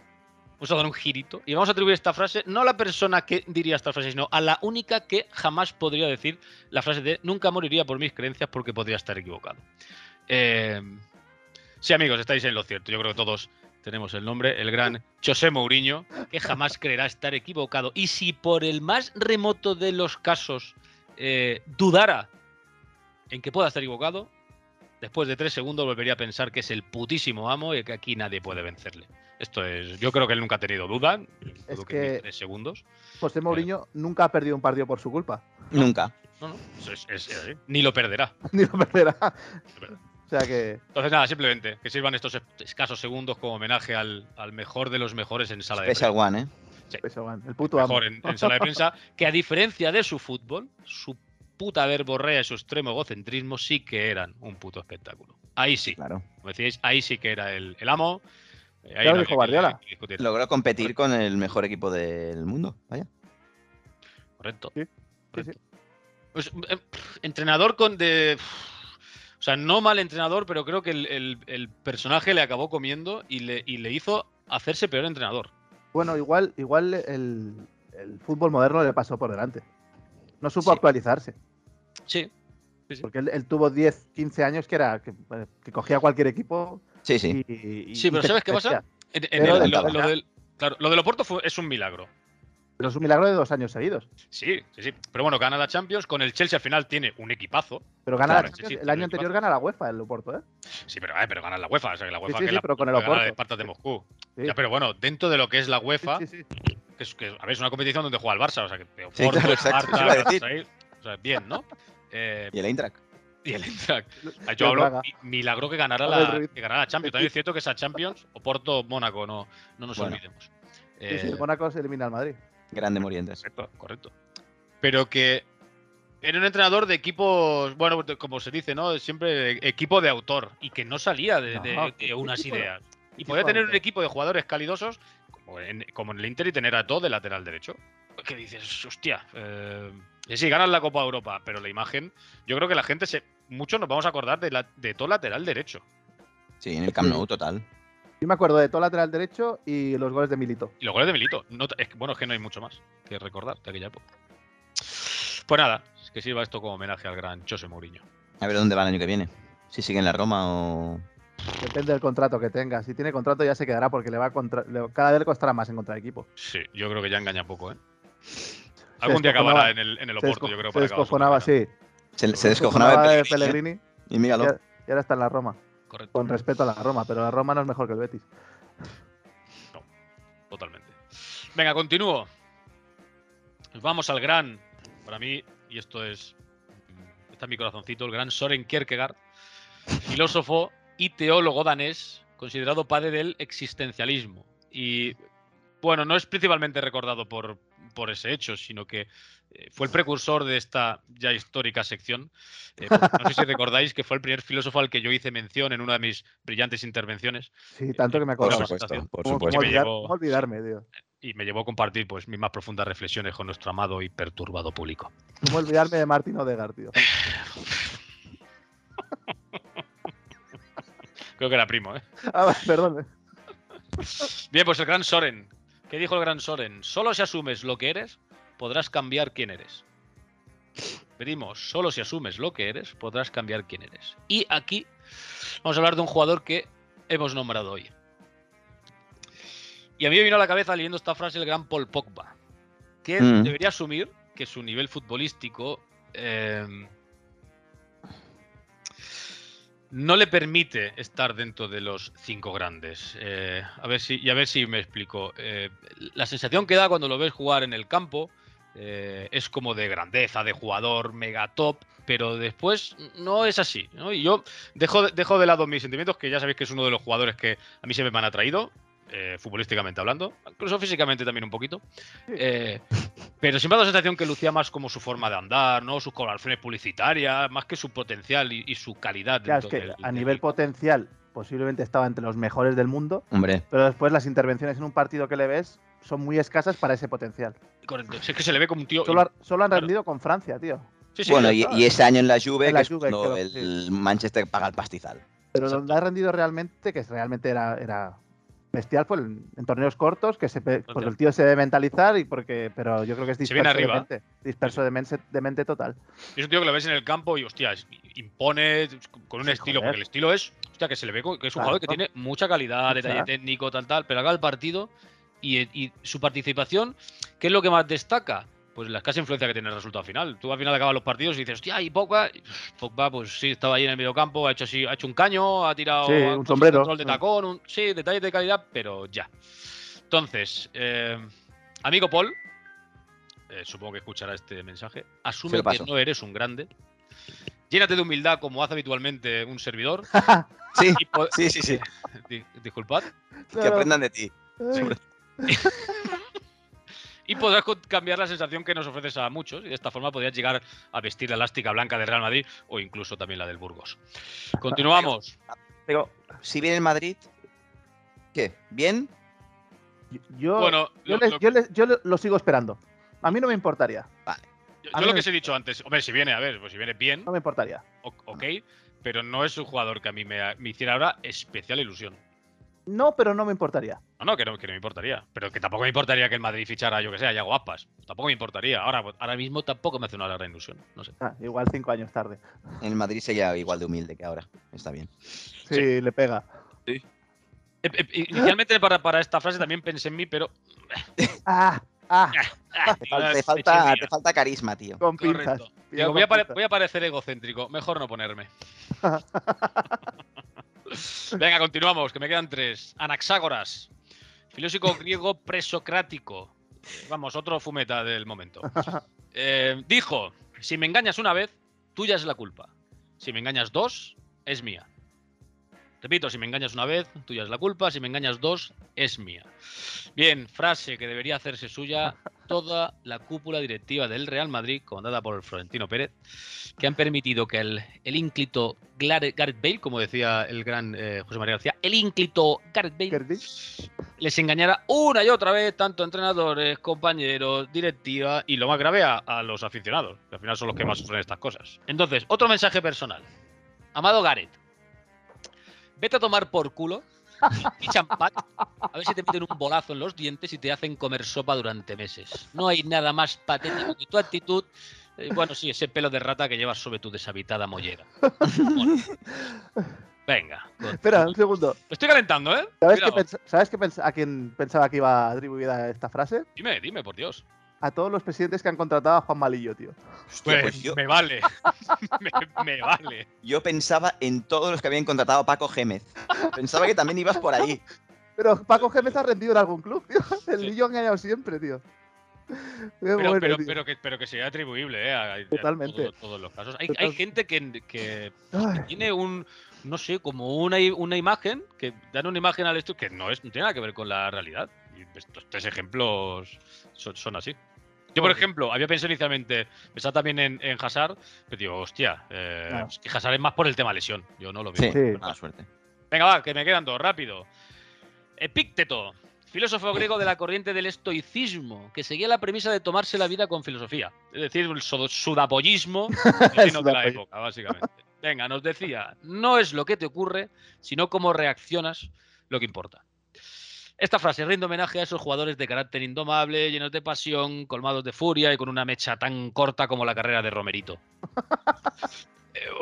D: Vamos a dar un girito y vamos a atribuir esta frase no a la persona que diría esta frase, sino a la única que jamás podría decir la frase de nunca moriría por mis creencias porque podría estar equivocado. Eh, sí, amigos, estáis en lo cierto. Yo creo que todos tenemos el nombre, el gran José Mourinho, que jamás creerá estar equivocado. Y si por el más remoto de los casos eh, dudara en que pueda estar equivocado, después de tres segundos volvería a pensar que es el putísimo amo y que aquí nadie puede vencerle. Esto es, yo creo que él nunca ha tenido duda, dudo que, ni
C: que-
D: tres segundos.
C: José Mourinho nunca ha perdido un partido por su culpa.
A: Nunca.
D: No, no, es- es- es- ni lo perderá.
C: Ni lo perderá.
D: es verdad.
C: O sea que.
D: Entonces, nada, simplemente que sirvan estos es- escasos segundos como homenaje al, al mejor de los mejores en sala de prensa.
A: Special One, ¿eh?
C: eso, man, el puto amo.
D: Mejor en, en sala de prensa, que a diferencia de su fútbol, su puta verborrea y su extremo egocentrismo sí que eran un puto espectáculo. Ahí sí,
A: Claro.
D: como decíais, ahí sí que era el, el amo. eh, Ahí
C: Ya lo
D: no había
C: dijo
D: que-
C: Guardiola.
D: que discutir.
A: Logró competir con el mejor equipo del mundo. Vaya.
D: Correcto.
C: Sí, sí,
D: correcto. Pues, eh, pf, entrenador con de. pf, O sea, no mal entrenador, pero creo que el, el- el personaje le acabó comiendo y le, y le hizo hacerse peor entrenador.
C: Bueno, igual, igual el, el fútbol moderno le pasó por delante. No supo
D: Sí.
C: actualizarse.
D: Sí.
C: Porque él, él tuvo 10, 15 años que era que, que cogía cualquier equipo
A: Sí, sí.
C: y, y-
D: Sí, pero
C: y te
D: ¿sabes qué pasa?
C: crecía.
D: En- en
C: Pero
D: el-
A: de
D: lo,
A: cabeza.
D: lo del, claro, lo del Oporto fue- es un milagro.
C: Pero es un milagro de dos años seguidos.
D: Sí, sí, sí. Pero bueno, gana la Champions. Con el Chelsea al final tiene un equipazo.
C: Pero gana la
D: Claro, sí,
C: Champions-
D: sí,
C: el año
D: pero
C: anterior gana la UEFA, el Oporto, ¿eh?
D: Sí, pero, eh, pero gana la UEFA. O sea, que la UEFA
C: sí,
D: que
C: sí,
D: la,
C: pero con el
D: la gana
C: Oporto.
D: de Esparta de Moscú.
C: Sí.
D: Ya, pero bueno, dentro de lo que es la UEFA,
C: Sí, sí, sí.
D: que es, que, a ver, es una competición donde juega el Barça, o sea, que Oporto,
A: Sí, claro, exacto,
D: Barça,
A: eso iba a decir.
D: Galatasaray, o sea, bien, ¿no? Eh,
A: Y el Eintrack.
D: y el Eintrack. Ah,
C: Y
D: Yo
C: el
D: hablo,
C: Braga.
D: mi- milagro que ganara
C: Con el
D: la,
C: Ruiz.
D: que ganara la Champions. También es cierto que esa Champions, Oporto, Mónaco, no, no nos
A: Bueno.
D: olvidemos.
C: Sí, sí,
D: Eh,
C: el Mónaco se elimina al Madrid.
A: Grande Morientes.
D: Correcto, correcto. Pero que era un entrenador de equipos, bueno, de- como se dice, ¿no? Siempre de- equipo de autor y que no salía de, de-
C: Ajá,
D: de unas
C: equipo de-
D: ideas. Y
C: equipo
D: podía
C: de
D: tener un
C: autor.
D: equipo de jugadores calidosos, como en, como en el Inter, y tener a todo de lateral derecho. Que dices, hostia, eh, que sí, ganas la Copa Europa, pero la imagen, yo creo que la gente se... Muchos nos vamos a acordar de, la- de todo lateral derecho.
A: Sí, en el Camp Nou, total.
C: Yo me acuerdo de todo lateral derecho y los goles de Milito.
D: Y los goles de Milito. No t- es que- bueno, es que no hay mucho más que recordar de aquella época. Pues nada, es que sirva esto como homenaje al gran José Mourinho.
A: A ver dónde va el año que viene. Si sigue en la Roma o.
C: Depende del contrato que tenga. Si tiene contrato ya se quedará porque le va a contra- le- cada vez le costará más encontrar equipo.
D: Sí, yo creo que ya engaña poco, ¿eh? Algún día
C: descojonaba.
D: acabará en el, en el
C: Se
D: Oporto,
C: desco-
D: yo creo.
C: se
D: para acabar su
C: descojonaba,
D: carrera.
C: sí.
A: Se, se
D: Se
A: descojonaba
C: de
A: de Pellegrini. ¿eh?
C: Pellegrini
A: Y míralo.
C: y ahora está en la Roma.
D: Correcto,
C: Con respeto a la Roma, pero la Roma no es mejor que el Betis.
D: totalmente. Venga, continúo. Nos Vamos al gran, para mí, y esto es, está en mi corazoncito, el gran Soren Kierkegaard, filósofo y teólogo danés, considerado padre del existencialismo. Y bueno, no es principalmente recordado por, por ese hecho, sino que eh, fue el precursor de esta ya histórica sección. Eh, porque no sé si recordáis que fue el primer filósofo al que yo hice mención en una de mis brillantes intervenciones.
C: Sí, tanto que me
A: Por
D: Bueno,
C: acordaba.
A: supuesto,
D: presentación.
A: por
C: ¿Cómo- cómo
A: supuesto.
D: me
C: olvidar-
D: llevó-
C: cómo olvidarme, tío?
D: y me llevó a compartir pues mis más profundas reflexiones con nuestro amado y perturbado público.
C: ¿Cómo olvidarme de Martín Odegar, tío?
D: Creo que era primo, ¿eh?
C: Ah, vale, perdón.
D: Bien, pues el gran Soren. ¿Qué dijo el gran Soren? Solo si asumes lo que eres, podrás cambiar quién eres. Primo, solo si asumes lo que eres, podrás cambiar quién eres. Y aquí vamos a hablar de un jugador que hemos nombrado hoy. Y a mí me vino a la cabeza leyendo esta frase el gran Paul Pogba. que
A: Mm.
D: debería asumir que su nivel futbolístico eh, no le permite estar dentro de los cinco grandes. Eh, a ver si, y a ver si me explico. Eh, la sensación que da cuando lo ves jugar en el campo eh, es como de grandeza, de jugador mega top, pero después no es así. ¿no? Y yo dejo, dejo de lado mis sentimientos, que ya sabéis que es uno de los jugadores que a mí se me han atraído, eh, futbolísticamente hablando, incluso físicamente también un poquito. Eh, pero siempre da la sensación que lucía más como su forma de andar, ¿no? Sus colaboraciones publicitarias, más que su potencial y, y su calidad.
C: Claro, es
D: dentro
C: que
D: del-
C: a
D: del
C: nivel
D: equipo.
C: potencial posiblemente estaba entre los mejores del mundo,
A: Hombre,
C: pero después las intervenciones en un partido que le ves son muy escasas para ese potencial.
D: Correcto. Si es que se le ve como un tío.
C: Solo, ha- solo han
D: claro.
C: rendido con Francia, tío.
D: Sí, sí,
A: bueno,
D: ya
A: y,
D: está.
A: y ese año en la Juve,
C: En la
A: que es
C: Juve,
A: cuando
C: creo,
A: el,
C: sí.
A: el Manchester paga el pastizal.
C: Pero
D: Exacto.
C: donde ha rendido realmente, que es- realmente era, era bestial, fue en, en torneos cortos, que se, pe- porque el tío se debe mentalizar, y porque, pero yo creo que es
D: Se viene
C: disperso de
D: arriba.
C: mente. Disperso de mente, de mente total.
D: Y Es un tío que lo ves en el campo y, hostia, es- impone con un
C: Sí,
D: estilo,
C: joder.
D: porque el estilo es, hostia, que se le ve co- que es un
C: Claro.
D: jugador que tiene mucha calidad, detalle
C: Mucha.
D: técnico, tal, tal, pero acá el partido y, y su participación, ¿qué es lo que más destaca? Pues la escasa influencia que tiene el resultado final. Tú al final acabas los partidos y dices, hostia, y Pogba, Y, Pogba, pues sí, estaba ahí en el mediocampo, ha hecho así, ha hecho un caño, ha tirado
C: Sí, un
D: ha puesto
C: sombrero.
D: control de
C: Sí.
D: tacón, un- sí, detalles de calidad, pero ya. Entonces, eh, amigo Paul, eh, supongo que escuchará este mensaje.
A: Se
D: Asume
A: lo
D: que
A: paso.
D: no eres un grande. Llénate de humildad como hace habitualmente un servidor.
A: Sí,
D: Y po-
A: sí, sí, sí.
D: di- disculpad.
A: Que aprendan de ti.
C: Ay,
D: Y podrás co- cambiar la sensación que nos ofreces a muchos. Y de esta forma podrías llegar a vestir la elástica blanca del Real Madrid o incluso también la del Burgos. Continuamos.
A: Pero si viene el Madrid, ¿qué? ¿Bien?
C: Yo,
D: Bueno,
C: yo,
D: lo,
C: les-
D: lo-
C: yo les- yo lo sigo esperando. A mí no me importaría.
D: yo-
C: a
D: yo
C: mí
D: lo
C: me-
D: que os he dicho antes, hombre, si viene, a ver, pues si viene bien,
C: No me importaría.
D: o- ok, pero no es un jugador que a mí me, me hiciera ahora especial ilusión.
C: No, pero no me importaría.
D: No, no que, no, que no me importaría. Pero que tampoco me importaría que el Madrid fichara, yo que sé, a Yago Aspas. Tampoco me importaría. Ahora, ahora mismo tampoco me hace una gran ilusión. No sé.
C: Ah, igual cinco años tarde.
A: El Madrid sería igual de humilde que ahora. Está bien.
C: Sí, le pega.
D: Eh, eh, Inicialmente para, para esta frase también pensé en mí, pero.
C: Ah, ah,
D: ah,
A: Te,
D: digo,
A: fal- te
D: es
A: falta,
D: fechoría.
A: te falta carisma, tío.
C: con pinzas.
D: Correcto.
C: Digo,
D: Digo,
C: con
D: voy, a pare-
C: pinzas.
D: voy a parecer egocéntrico. Mejor no ponerme. Venga, continuamos, que me quedan tres. Anaxágoras, filósofo griego presocrático. Eh, Vamos, otro fumeta del momento. Eh, dijo: Si me engañas una vez, tuya es la culpa. Si me engañas dos, es mía. Repito, si me engañas una vez, tuya es la culpa. Si me engañas dos, es mía. Bien, frase que debería hacerse suya toda la cúpula directiva del Real Madrid, comandada por Florentino Pérez, que han permitido que el, el ínclito Glare- Gareth Bale, como decía el gran eh, José María García, el ínclito Gareth Bale
C: Gerdic.
D: les engañara una y otra vez, tanto entrenadores, compañeros, directiva y lo más grave a, a los aficionados, que al final son los que más sufren estas cosas. Entonces, otro mensaje personal. Amado Gareth, vete a tomar por culo y champat, a ver si te meten un bolazo en los dientes y te hacen comer sopa durante meses. No hay nada más patético que tu actitud. eh, bueno, sí, ese pelo de rata que llevas sobre tu deshabitada mollera. Bueno. Venga.
C: Espera, un segundo.
D: Lo estoy calentando, ¿eh?
C: ¿Sabes, qué
D: Cuidado.
C: pens- ¿sabes qué pens- a quién pensaba que iba atribuida esta frase?
D: Dime, dime, por Dios.
C: A todos los presidentes que han contratado a Juan Malillo, tío.
A: Hostia,
D: Pues,
A: pues yo,
D: me vale. me, me vale.
A: yo pensaba en todos los que habían contratado a Paco Gémez. Pensaba que también ibas por ahí.
C: Pero Paco Gémez ha rendido en algún club, tío. El
D: Sí.
C: niño ha engañado siempre, tío. Qué
D: Pero,
C: bueno,
D: pero,
C: tío.
D: pero que, pero que sea atribuible ¿eh? a, a
C: Totalmente.
D: todo- todos los casos. Hay,
C: Total-
D: hay gente que, que
C: Ay,
D: tiene un, no sé, como una, i- una imagen, que dan una imagen al estudio que no, es, no tiene nada que ver con la realidad. Y estos tres ejemplos son, son así. Yo, por ejemplo, había pensado inicialmente, pensaba también en, en Hazard, pero digo, hostia, eh,
C: Claro.
D: es que Hazard es más por el tema lesión. Yo no lo veo.
A: Sí,
C: Sí.
A: mala suerte.
D: Venga, va, que me quedan dos, rápido. Epícteto, filósofo griego de la corriente del estoicismo, que seguía la premisa de tomarse la vida con filosofía. Es decir, el so- sudapollismo sino de la
C: Sudapollismo.
D: época, básicamente. Venga, nos decía, no es lo que te ocurre, sino cómo reaccionas lo que importa. Esta frase rinde homenaje a esos jugadores de carácter indomable, llenos de pasión, colmados de furia y con una mecha tan corta como la carrera de Romerito.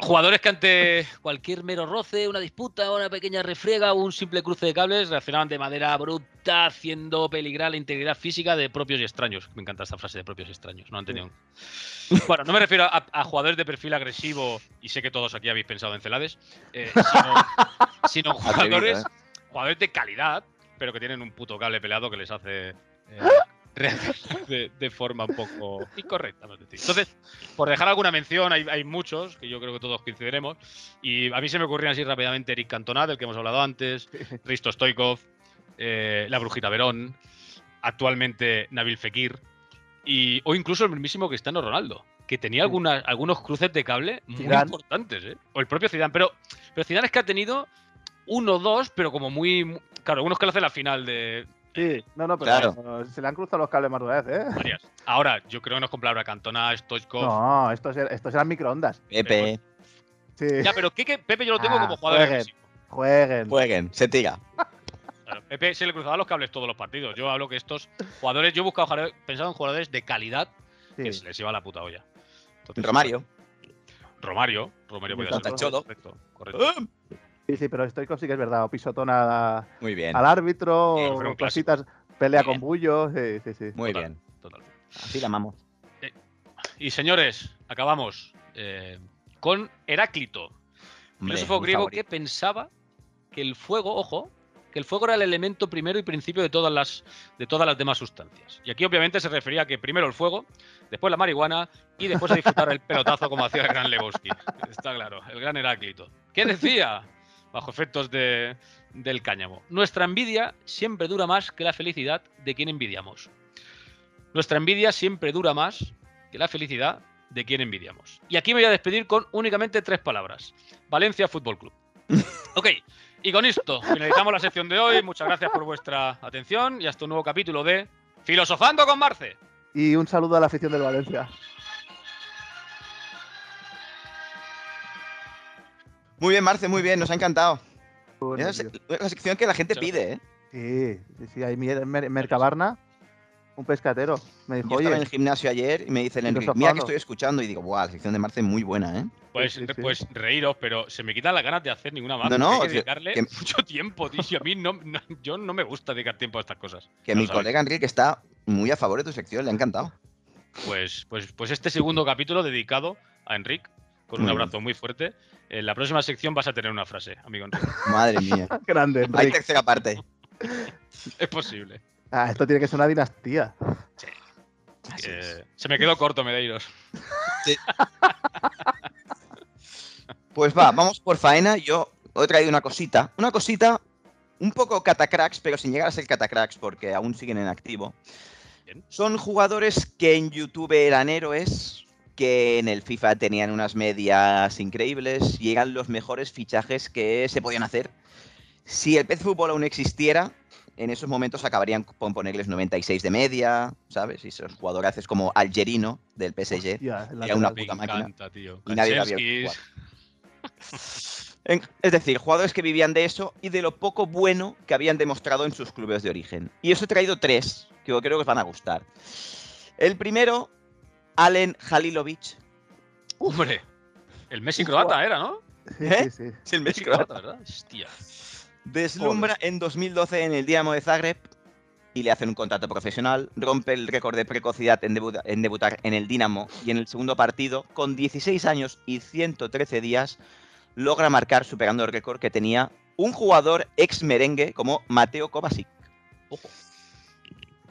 D: jugadores que ante cualquier mero roce, una disputa, una pequeña refriega o un simple cruce de cables reaccionaban de manera abrupta, haciendo peligrar la integridad física de propios y extraños. Me encanta esta frase de propios y extraños, no han tenido. un- Bueno, no me refiero a, a jugadores de perfil agresivo, y sé que todos aquí habéis pensado en Celades, eh, sino, sino
A: Atrevido,
D: jugadores,
A: ¿eh?
D: jugadores de calidad, pero que tienen un puto cable pelado que les hace. eh, reaccionar de, de forma un poco incorrecta. vamos a decir. Entonces, por dejar alguna mención, hay, hay muchos que yo creo que todos coincidiremos. Y a mí se me ocurrían así rápidamente Eric Cantona, del que hemos hablado antes, Risto Stoikov, eh, La Brujita Verón, actualmente Nabil Fekir, y, o incluso el mismísimo Cristiano Ronaldo, que tenía algunas, algunos cruces de cable muy
C: Zidane.
D: importantes, ¿eh? o el propio Zidane. Pero, pero Zidane es que ha tenido uno o dos, pero como muy. mu- Claro, unos que lo hace la final de
C: Sí, no, no, pero
A: Claro.
C: no, se le han cruzado los cables más de una vez, ¿eh?
D: varias. Ahora, yo creo que nos comprará Cantona, Stoikov.
C: No, estos, er- estos eran microondas.
A: Pepe,
C: Sí,
D: Ya, pero Kike, Pepe yo lo tengo
C: Ah,
D: como jugador
C: jueguen.
D: agresivo.
C: jueguen.
A: jueguen, se tira.
D: Claro, Pepe se le cruzaban los cables todos los partidos. Yo hablo que estos jugadores, yo he buscado jugadores- pensado en jugadores de calidad que
C: Sí.
D: se les iba la puta olla. Entonces,
A: Romario.
D: Romario. Romario podía ser.
A: Cholo.
D: Correcto, correcto.
C: sí, sí, pero Stoikov sí que es verdad. O pisotona a-
A: Muy bien,
C: al árbitro,
D: Sí, fue
C: o
D: un clásico.
C: cositas, pelea
D: Bien.
C: con bullos. Sí, sí, sí.
A: muy
D: Total.
A: bien.
D: Total.
A: Así la amamos.
D: Y señores, acabamos eh, con Heráclito,
A: Hombre,
D: filósofo
A: mi
D: griego
A: favorito.
D: que pensaba que el fuego, ojo, que el fuego era el elemento primero y principio de todas las de todas las demás sustancias. Y aquí obviamente se refería a que primero el fuego, después la marihuana y después a disfrutar el pelotazo como hacía el gran Lebowski. Está claro, el gran Heráclito. ¿Qué decía? Bajo efectos de- del cáñamo. Nuestra envidia siempre dura más que la felicidad de quien envidiamos. Nuestra envidia siempre dura más que la felicidad de quien envidiamos. Y aquí me voy a despedir con únicamente tres palabras. Valencia Fútbol Club. Ok, y con esto finalizamos la sección de hoy. Muchas gracias por vuestra atención y hasta un nuevo capítulo de Filosofando con Marce.
C: Y un saludo a la afición del Valencia.
A: Muy bien, Marce, muy bien, nos ha encantado.
C: Bueno,
A: Esa
C: tío.
A: es la sección que la gente
D: Muchas
A: pide, ¿eh?
C: Sí, sí, sí, ahí Mer- Mer- Mercabarna, un pescatero, me
A: ¿eh?
C: dijo,
A: Yo estaba en
C: oye,
A: el gimnasio ayer y me dice el Enrique,
C: Filosofando.
A: mira que estoy escuchando. Y digo, guau, la sección de Marce es muy buena, ¿eh?
D: Pues,
C: Sí, sí, sí.
D: pues reíros, pero se me quitan las ganas de hacer ninguna más.
A: No, no,
D: Hay que
A: tío,
D: dedicarle
A: que-
D: mucho tiempo, tío. y a mí no, no- yo no me gusta dedicar tiempo a estas cosas.
A: Que
D: No
A: mi
D: sabéis.
A: colega Enrique está muy a favor de tu sección, le ha encantado.
D: Pues, pues, pues este segundo capítulo dedicado a Enric, con un
A: Muy bien.
D: abrazo muy fuerte. En la próxima sección vas a tener una frase, amigo Enric.
A: Madre mía.
C: grande,
A: Hay
C: Enrique.
A: tercera parte.
D: Es posible.
C: Ah, esto tiene que ser una dinastía.
A: Así
D: Eh,
A: es.
D: se me quedó corto, Medeiros.
A: Pues va, vamos por faena. Yo he traído una cosita. Una cosita un poco catacracks, pero sin llegar a ser catacracks porque aún siguen en activo.
D: Bien.
A: Son jugadores que en YouTube eran héroes, que en el FIFA tenían unas medias increíbles y eran los mejores fichajes que se podían hacer. Si el pez fútbol aún existiera, en esos momentos acabarían con ponerles 96 de media, ¿sabes? Y son jugadores como Algerino del PSG.
C: Ya, la
A: Era una
C: verdad.
D: Me
A: puta máquina.
D: encanta, tío.
A: Y nadie la había
D: Kaczynskis.
A: visto En- Es decir, jugadores que vivían de eso y de lo poco bueno que habían demostrado en sus clubes de origen. Y os he traído tres que yo creo que os van a gustar. El primero, Allen Halilovic.
D: Hombre, el Messi croata era, ¿no?
C: Sí,
A: ¿eh?
C: sí, sí.
A: Es el
D: Messi croata, ¿verdad? Hostia.
A: Deslumbra en 2012 en el Dinamo de Zagreb y le hacen un contrato profesional. Rompe el récord de precocidad en, debuta- en debutar en el Dinamo y en el segundo partido, con 16 años y 113 días, logra marcar superando el récord que tenía un jugador ex merengue como Mateo Kovacic. Ojo.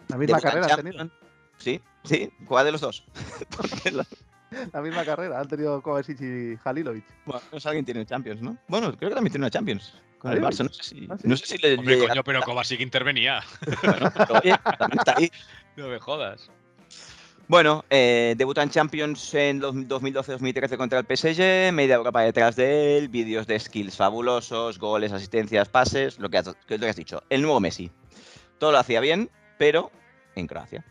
C: La
A: Debuta
C: misma
A: en
C: carrera han tenido.
A: Champions. Sí, sí, ¿cuál de los dos? Porque la-
C: La misma carrera han tenido Kovacic y Halilovic.
A: bueno, al menos alguien tiene Champions, ¿no? Bueno, creo que también tiene una Champions. Con el
C: Ahí va.
A: Barça, no sé si,
C: Ah, sí.
A: no sé si le,
D: Hombre,
A: le-
D: coño, pero Kovacic intervenía.
A: bueno, pero oye, también está ahí.
D: No me jodas.
A: Bueno, eh, debuta en Champions en los 2012-2013 contra el PSG, media Europa detrás de él, vídeos de skills fabulosos, goles, asistencias, pases, lo que has, que es lo que has dicho, el nuevo Messi. Todo lo hacía bien, pero en Croacia.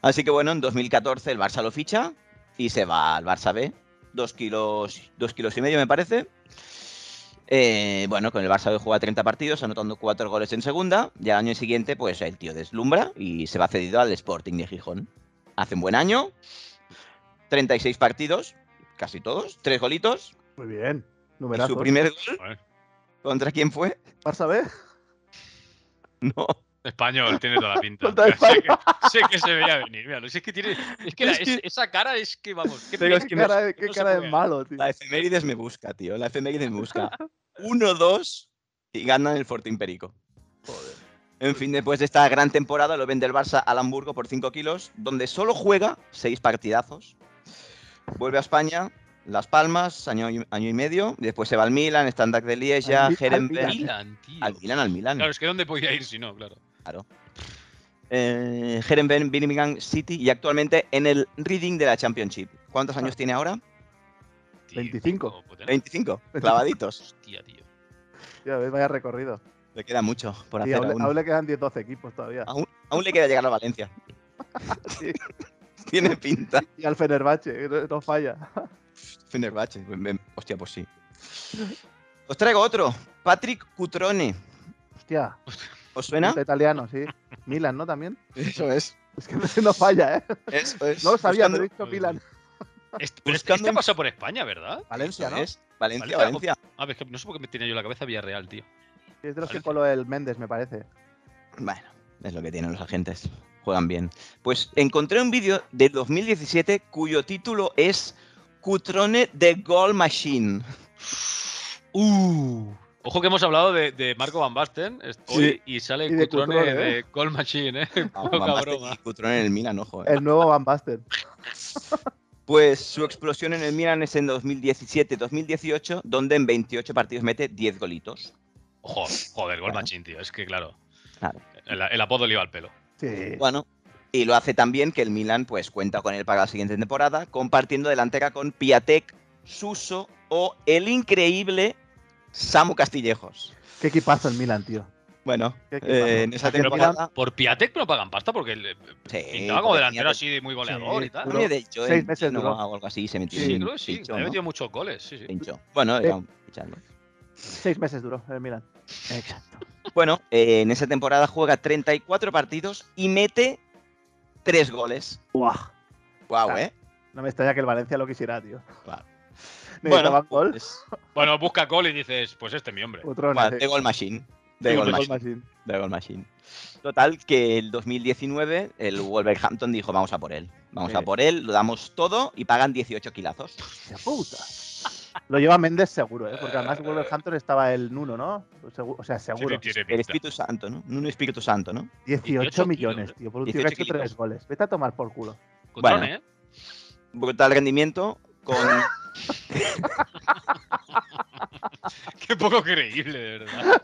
A: Así que bueno, en 2014 el Barça lo ficha y se va al Barça B, dos kilos, dos kilos y medio me parece. Eh, bueno, con el Barça B juega 30 partidos, anotando 4 goles en segunda, y al año siguiente pues el tío deslumbra y se va cedido al Sporting de Gijón hace un buen año. 36 partidos, casi todos, tres golitos.
C: Muy bien.
A: Y
C: Numerazo.
A: su primer gol,
D: Joder.
A: ¿contra quién fue?
C: Barça B.
A: No.
D: Español, tiene toda la pinta.
C: Contra
D: sé, que, sé que se veía venir. Míralo. Si es que tiene. Es que, la-
A: Es que-
D: es- esa cara es que, vamos. qué
B: Pero es
C: Qué
D: pena
B: que no-
C: cara, de- qué
D: no se
C: cara de
D: puede.
C: malo, tío.
A: La efemérides me busca, tío. La efemérides me busca. 1-2 y ganan el Fortín Perico. En fin, después de esta gran temporada lo vende el Barça al Hamburgo por 5 kilos, donde solo juega 6 partidazos. Vuelve a España, Las Palmas, año y, año y medio. Después se va al Milan, Standard de Lieja,
C: Al Mi- al
A: Herenberg.
D: Al
A: Al Milan,
D: Milan, tío.
A: al Milan. Al Milan.
D: Claro, es que ¿dónde podía ir si no? Claro.
A: Eh, Herenberg, Birmingham City y actualmente en el Reading de la Championship. ¿Cuántos años tiene ahora?
D: Tío,
C: 25.
D: no puede ser.
A: 25. Clavaditos.
D: Hostia, tío.
C: Ya ves, vaya recorrido.
A: Le queda mucho por
C: Y
A: hacer.
C: aún, le-
A: aún.
C: aún le quedan 10-12 equipos todavía.
A: Aún, aún le queda llegar a Valencia.
C: Sí.
A: Tiene pinta.
C: Y al Fenerbahce, que no, no falla.
A: Fenerbahce. ven, ven. Hostia, pues sí. Os traigo otro. Patrick Cutrone.
C: Hostia,
A: ¿Os suena?
C: punta italiano, sí. Milan, ¿no? También.
A: Eso es.
C: Es que no falla, ¿eh?
A: Eso es.
C: No lo sabía,
A: Buscando-
C: pero he dicho Milan.
D: Este, pero este,
A: Buscando
D: este
A: en-
D: pasó por España, ¿verdad?
C: Valencia,
A: Eso
C: ¿no? Es,
A: es. Valencia,
D: Valencia.
A: Valencia.
D: Ah, es que no sé por qué me tenía yo en la cabeza Villarreal, tío.
C: de los que
D: Valencia.
C: coló el Méndez, me parece.
A: Bueno, es lo que tienen los agentes. Juegan bien. Pues encontré un vídeo de 2017 cuyo título es Cutrone de Goal Machine.
D: Uh. Ojo que hemos hablado de, de Marco Van Basten est- hoy y sale
C: Y de
D: Cutrone de,
C: Cutrone, ¿eh?
D: Gold Machine, ¿eh? Poca
A: Van Basten
D: broma.
A: y Cutrone en el Milan, ojo. eh.
C: El nuevo Van Basten.
A: Pues su explosión en el Milan es en 2017-2018, donde en 28 partidos mete 10 golitos.
D: Ojo, joder, Gold
A: Bueno.
D: Machine, tío. Es que claro.
A: Claro.
D: El, el apodo le iba al pelo.
C: Sí.
A: Bueno, y lo hace también que el Milan pues cuenta con él para la siguiente temporada, compartiendo delantera con Piatek, Suso o el increíble Samu Castillejos.
C: Qué equipazo el Milan, tío.
A: Bueno,
C: Qué equipazo.
A: eh, en esa
C: Pero
D: Pero
A: temporada...
D: por, por Piatek no pagan pasta porque el-
A: Sí,
D: pintaba
A: porque
D: como
A: pues,
D: delantero
A: tenía-
D: así de muy goleador
C: Sí,
D: y tal.
C: duró
A: Ponle de Joe
C: seis
A: en
C: meses,
A: Chino
C: duró.
A: o algo así, se metió
D: Sí,
A: en
D: creo que sí.
A: pincho,
D: había
A: ¿no?
D: metido muchos goles, sí, sí.
A: Pincho. Bueno, era
C: Eh.
A: un pichado.
C: Seis meses duró el Milan. Exacto.
A: Bueno, eh, en esa temporada juega 34 partidos y mete 3 goles. Guau,
C: Claro.
A: ¿eh?
C: No me extraña que el Valencia lo quisiera, tío.
A: Claro.
C: Necesitaba un gol.
A: pues,
D: Bueno, busca gol y dices, pues este es mi hombre.
C: Otro
A: bueno,
C: sí.
A: de Goal Machine.
C: Sí,
A: De Goal
C: Gol
A: Machine.
C: Machine.
A: de Goal Machine. Total, que el 2019 el Wolverhampton dijo, vamos a por él. Vamos
C: Sí.
A: a por él, lo damos todo y pagan 18 kilazos.
C: Hostia puta. Lo lleva Méndez seguro, ¿eh? Porque además Wolverhampton estaba el Nuno, ¿no? Pues Segu- o sea,
D: Sí,
C: seguro.
D: tiene
A: El
D: pinta.
A: Espíritu Santo, ¿no? Un Espíritu Santo, ¿no?
C: 18
D: 18
C: millones,
D: kilos,
C: tío. Por un tío que
A: 18
C: ha hecho tres
A: kilos.
C: goles. Vete a tomar por culo.
D: Cutrone,
A: Bueno.
D: ¿eh?
A: Brutal rendimiento con...
D: Qué poco creíble, de verdad.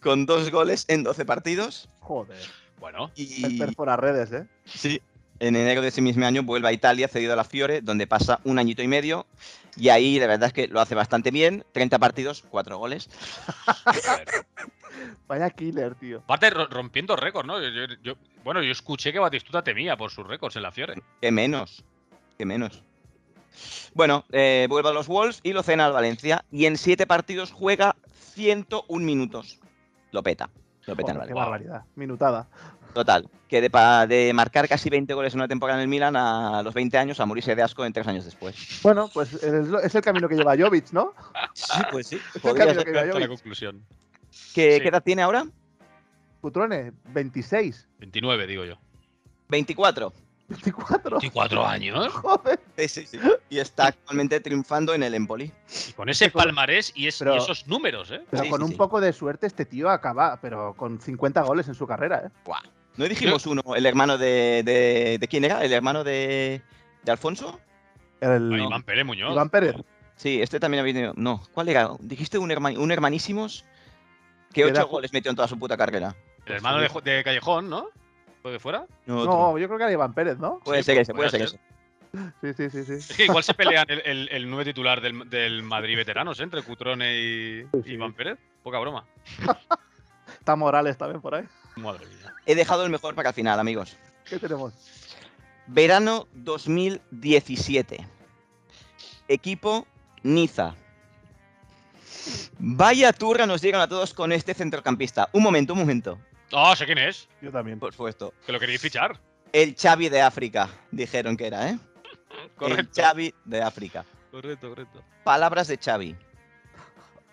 A: con dos goles en 12 partidos.
C: Joder.
D: Bueno,
C: El
A: Y
C: perfora redes, ¿eh?
A: sí, en enero de ese mismo año vuelve a Italia, cedido a la Fiore, donde pasa un añito y medio. Y ahí la verdad es que lo hace bastante bien. 30 partidos, 4 goles.
D: joder.
C: Vaya killer, tío.
D: Aparte, ro- rompiendo récords, ¿no? Yo, yo- yo- bueno, yo escuché que Batistuta temía por sus récords en la Fiore.
A: Que menos. Que menos. Bueno, eh, vuelve a los Wolves y lo cena al Valencia. Y en 7 partidos juega 101 minutos. Lo peta. Lo peta en
C: Joder,
A: Valencia.
C: qué barbaridad. Minutada.
A: Total. Que de, pa- de marcar casi 20 goles en una temporada en el Milan a los 20 años a morirse de asco en 3 años después.
C: Bueno, pues es, lo- es el camino que lleva Jovic, ¿no?
A: Sí, pues sí.
C: Es el camino que lleva
D: Hasta la
C: Jovic.
D: conclusión.
A: ¿Qué,
D: Sí.
A: ¿Qué edad tiene ahora?
C: Cutrone, 26.
D: 29, digo yo.
A: 24.
C: 24.
D: 24 años.
C: Joder.
A: Y está actualmente triunfando en el Empoli.
D: Y con ese palmarés y, es-
C: Pero-
D: y esos números, ¿eh?
C: Pero
A: Sí,
C: con
A: sí,
C: un
A: sí.
C: poco de suerte este tío acaba, pero con 50 goles en su carrera, ¿eh?
A: ¿No dijimos uno, el hermano de. ¿De, de quién era? ¿El hermano de, de Alfonso?
C: El,
A: Ah,
D: Ay, Iván Pérez Muñoz.
C: Iván Pérez.
A: Sí, este también ha venido. No, ¿cuál era? Dijiste un, herma- un hermanísimos que
C: Era
A: ocho
C: Ju-
A: goles metió en toda su puta carrera.
D: El hermano de, Jo- de Callejón, ¿no? ¿Fue de fuera?
A: No, otro.
C: No, yo creo que era Iván Pérez, ¿no?
A: puede
D: sí,
A: ser ese, puede
D: puede
A: ser
D: ser.
A: ese.
C: Sí, sí, sí, sí.
D: Es que igual se pelean el, el, el nueve titular del, del Madrid veteranos, ¿eh? Entre Cutrone y y Iván Pérez. Poca broma.
C: Está Morales también por ahí.
D: Madre mía.
A: He dejado el mejor para el final, amigos.
C: ¿Qué tenemos?
A: Verano 2017. Equipo Niza. Vaya turra nos llegan a todos con este centrocampista. Un momento, un momento.
D: Ah, sé quién es.
C: Yo también.
A: Por supuesto.
D: Que lo queréis fichar.
A: El Xavi de África, dijeron que era, ¿eh? El
D: Correcto.
A: Xavi de África.
D: Correcto, correcto.
A: Palabras de Xavi.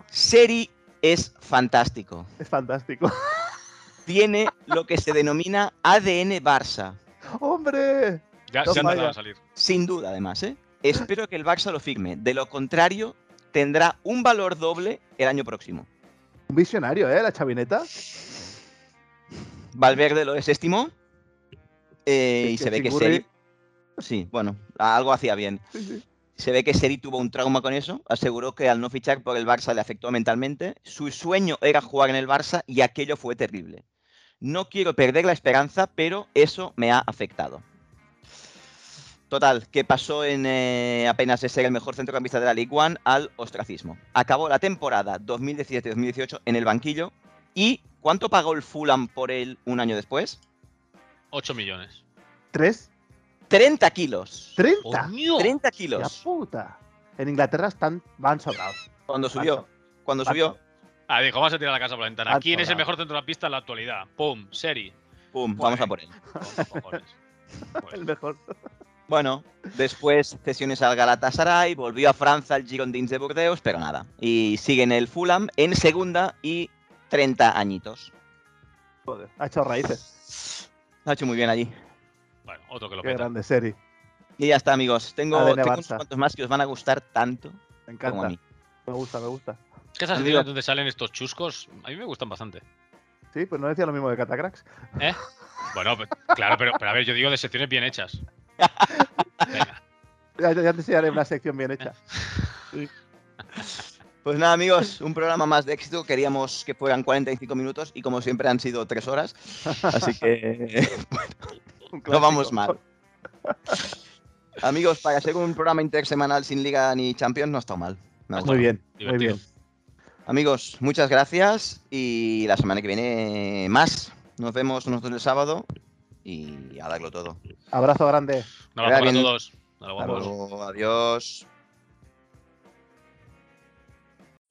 A: Seri es fantástico.
C: Es fantástico.
A: Tiene lo que se denomina ADN Barça.
C: ¡Hombre!
D: Ya
C: No
D: se han tardado
C: falla.
D: en salir.
A: Sin duda, además, ¿eh? Espero que el Barça lo firme. De lo contrario, tendrá un valor doble el año próximo.
C: Un visionario, ¿eh? La chavineta.
A: Valverde lo desestimó. eh,
C: Es
A: y
C: que
A: se ve que
C: Chigurri-
A: Seri. Sí, bueno, algo hacía bien.
C: Sí, sí.
A: Se ve que Seri tuvo un trauma con eso. Aseguró que al no fichar por el Barça le afectó mentalmente. Su sueño era jugar en el Barça y aquello fue terrible. No quiero perder la esperanza, pero eso me ha afectado. Total, que pasó en eh, apenas de ser el mejor centrocampista de la League One al ostracismo. Acabó la temporada 2017-2018 en el banquillo. ¿Y cuánto pagó el Fulham por él un año después?
D: 8 millones.
C: ¿Tres?
A: 30 kilos.
C: ¿Treinta?
D: ¡Coño!
A: 30
C: ¡La
A: kilos.
C: puta! En Inglaterra están, van sobrados.
A: Cuando
C: Van
A: subió.
C: sobrados.
A: Cuando
C: Van
A: subió.
D: Ah, dijo, vamos a tirar la casa por la ventana.
C: Ah,
D: ¿Quién es el
C: claro.
D: mejor centrocampista en la actualidad? ¡Pum! Seri.
A: Pum, vamos a por él.
D: Con cojones.
C: El
D: Pues,
C: mejor.
A: Bueno, después cesiones al Galatasaray, volvió a Francia al Girondins de Burdeos, pero nada. Y sigue en el Fulham en segunda y 30 añitos.
C: Joder, ha hecho raíces.
A: Lo ha hecho muy bien allí.
D: bueno, otro que lo
C: Qué
D: peta.
C: grande serie.
A: Y ya está, amigos. Tengo,
C: ADN
A: tengo unos
C: Barça.
A: cuantos más que os van a gustar tanto
C: Me
A: como a
C: encanta.
A: mí.
C: Me gusta, me gusta.
D: Es que esas
A: Amigo.
D: ciudades donde salen estos chuscos, a mí me gustan bastante.
C: Sí, pues no decía lo mismo de Catacrax.
D: ¿Eh? Bueno, pe- claro, pero, pero a ver, yo digo de secciones bien hechas. Venga.
C: Ya, ya- ya te enseñaré una sección bien hecha.
A: Pues nada, amigos, un programa más de éxito. Queríamos que fueran 45 minutos y como siempre han sido 3 horas. Así que
C: Un
A: No vamos
C: clásico.
A: mal. Amigos, para ser un programa intersemanal sin liga ni champions no está mal. Me ha
C: Pues
A: gustado.
C: Muy bien, muy
D: Divertido.
C: bien.
A: Amigos, muchas gracias y la semana que viene más. Nos vemos nosotros el sábado y a darlo todo.
C: Abrazo grande.
D: Un abrazo para
A: bien.
D: todos. Hasta luego,
A: Hasta
D: guapos.
A: luego, adiós.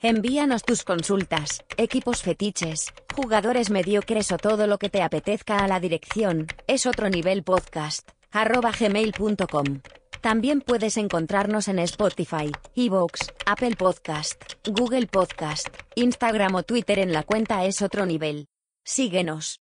B: Envíanos tus consultas, equipos fetiches, jugadores mediocres o todo lo que te apetezca a la dirección es otro nivel podcast arroba gmail.com. También puedes encontrarnos en Spotify, Evox, Apple Podcast, Google Podcast, Instagram o Twitter en la cuenta es otro nivel. Síguenos.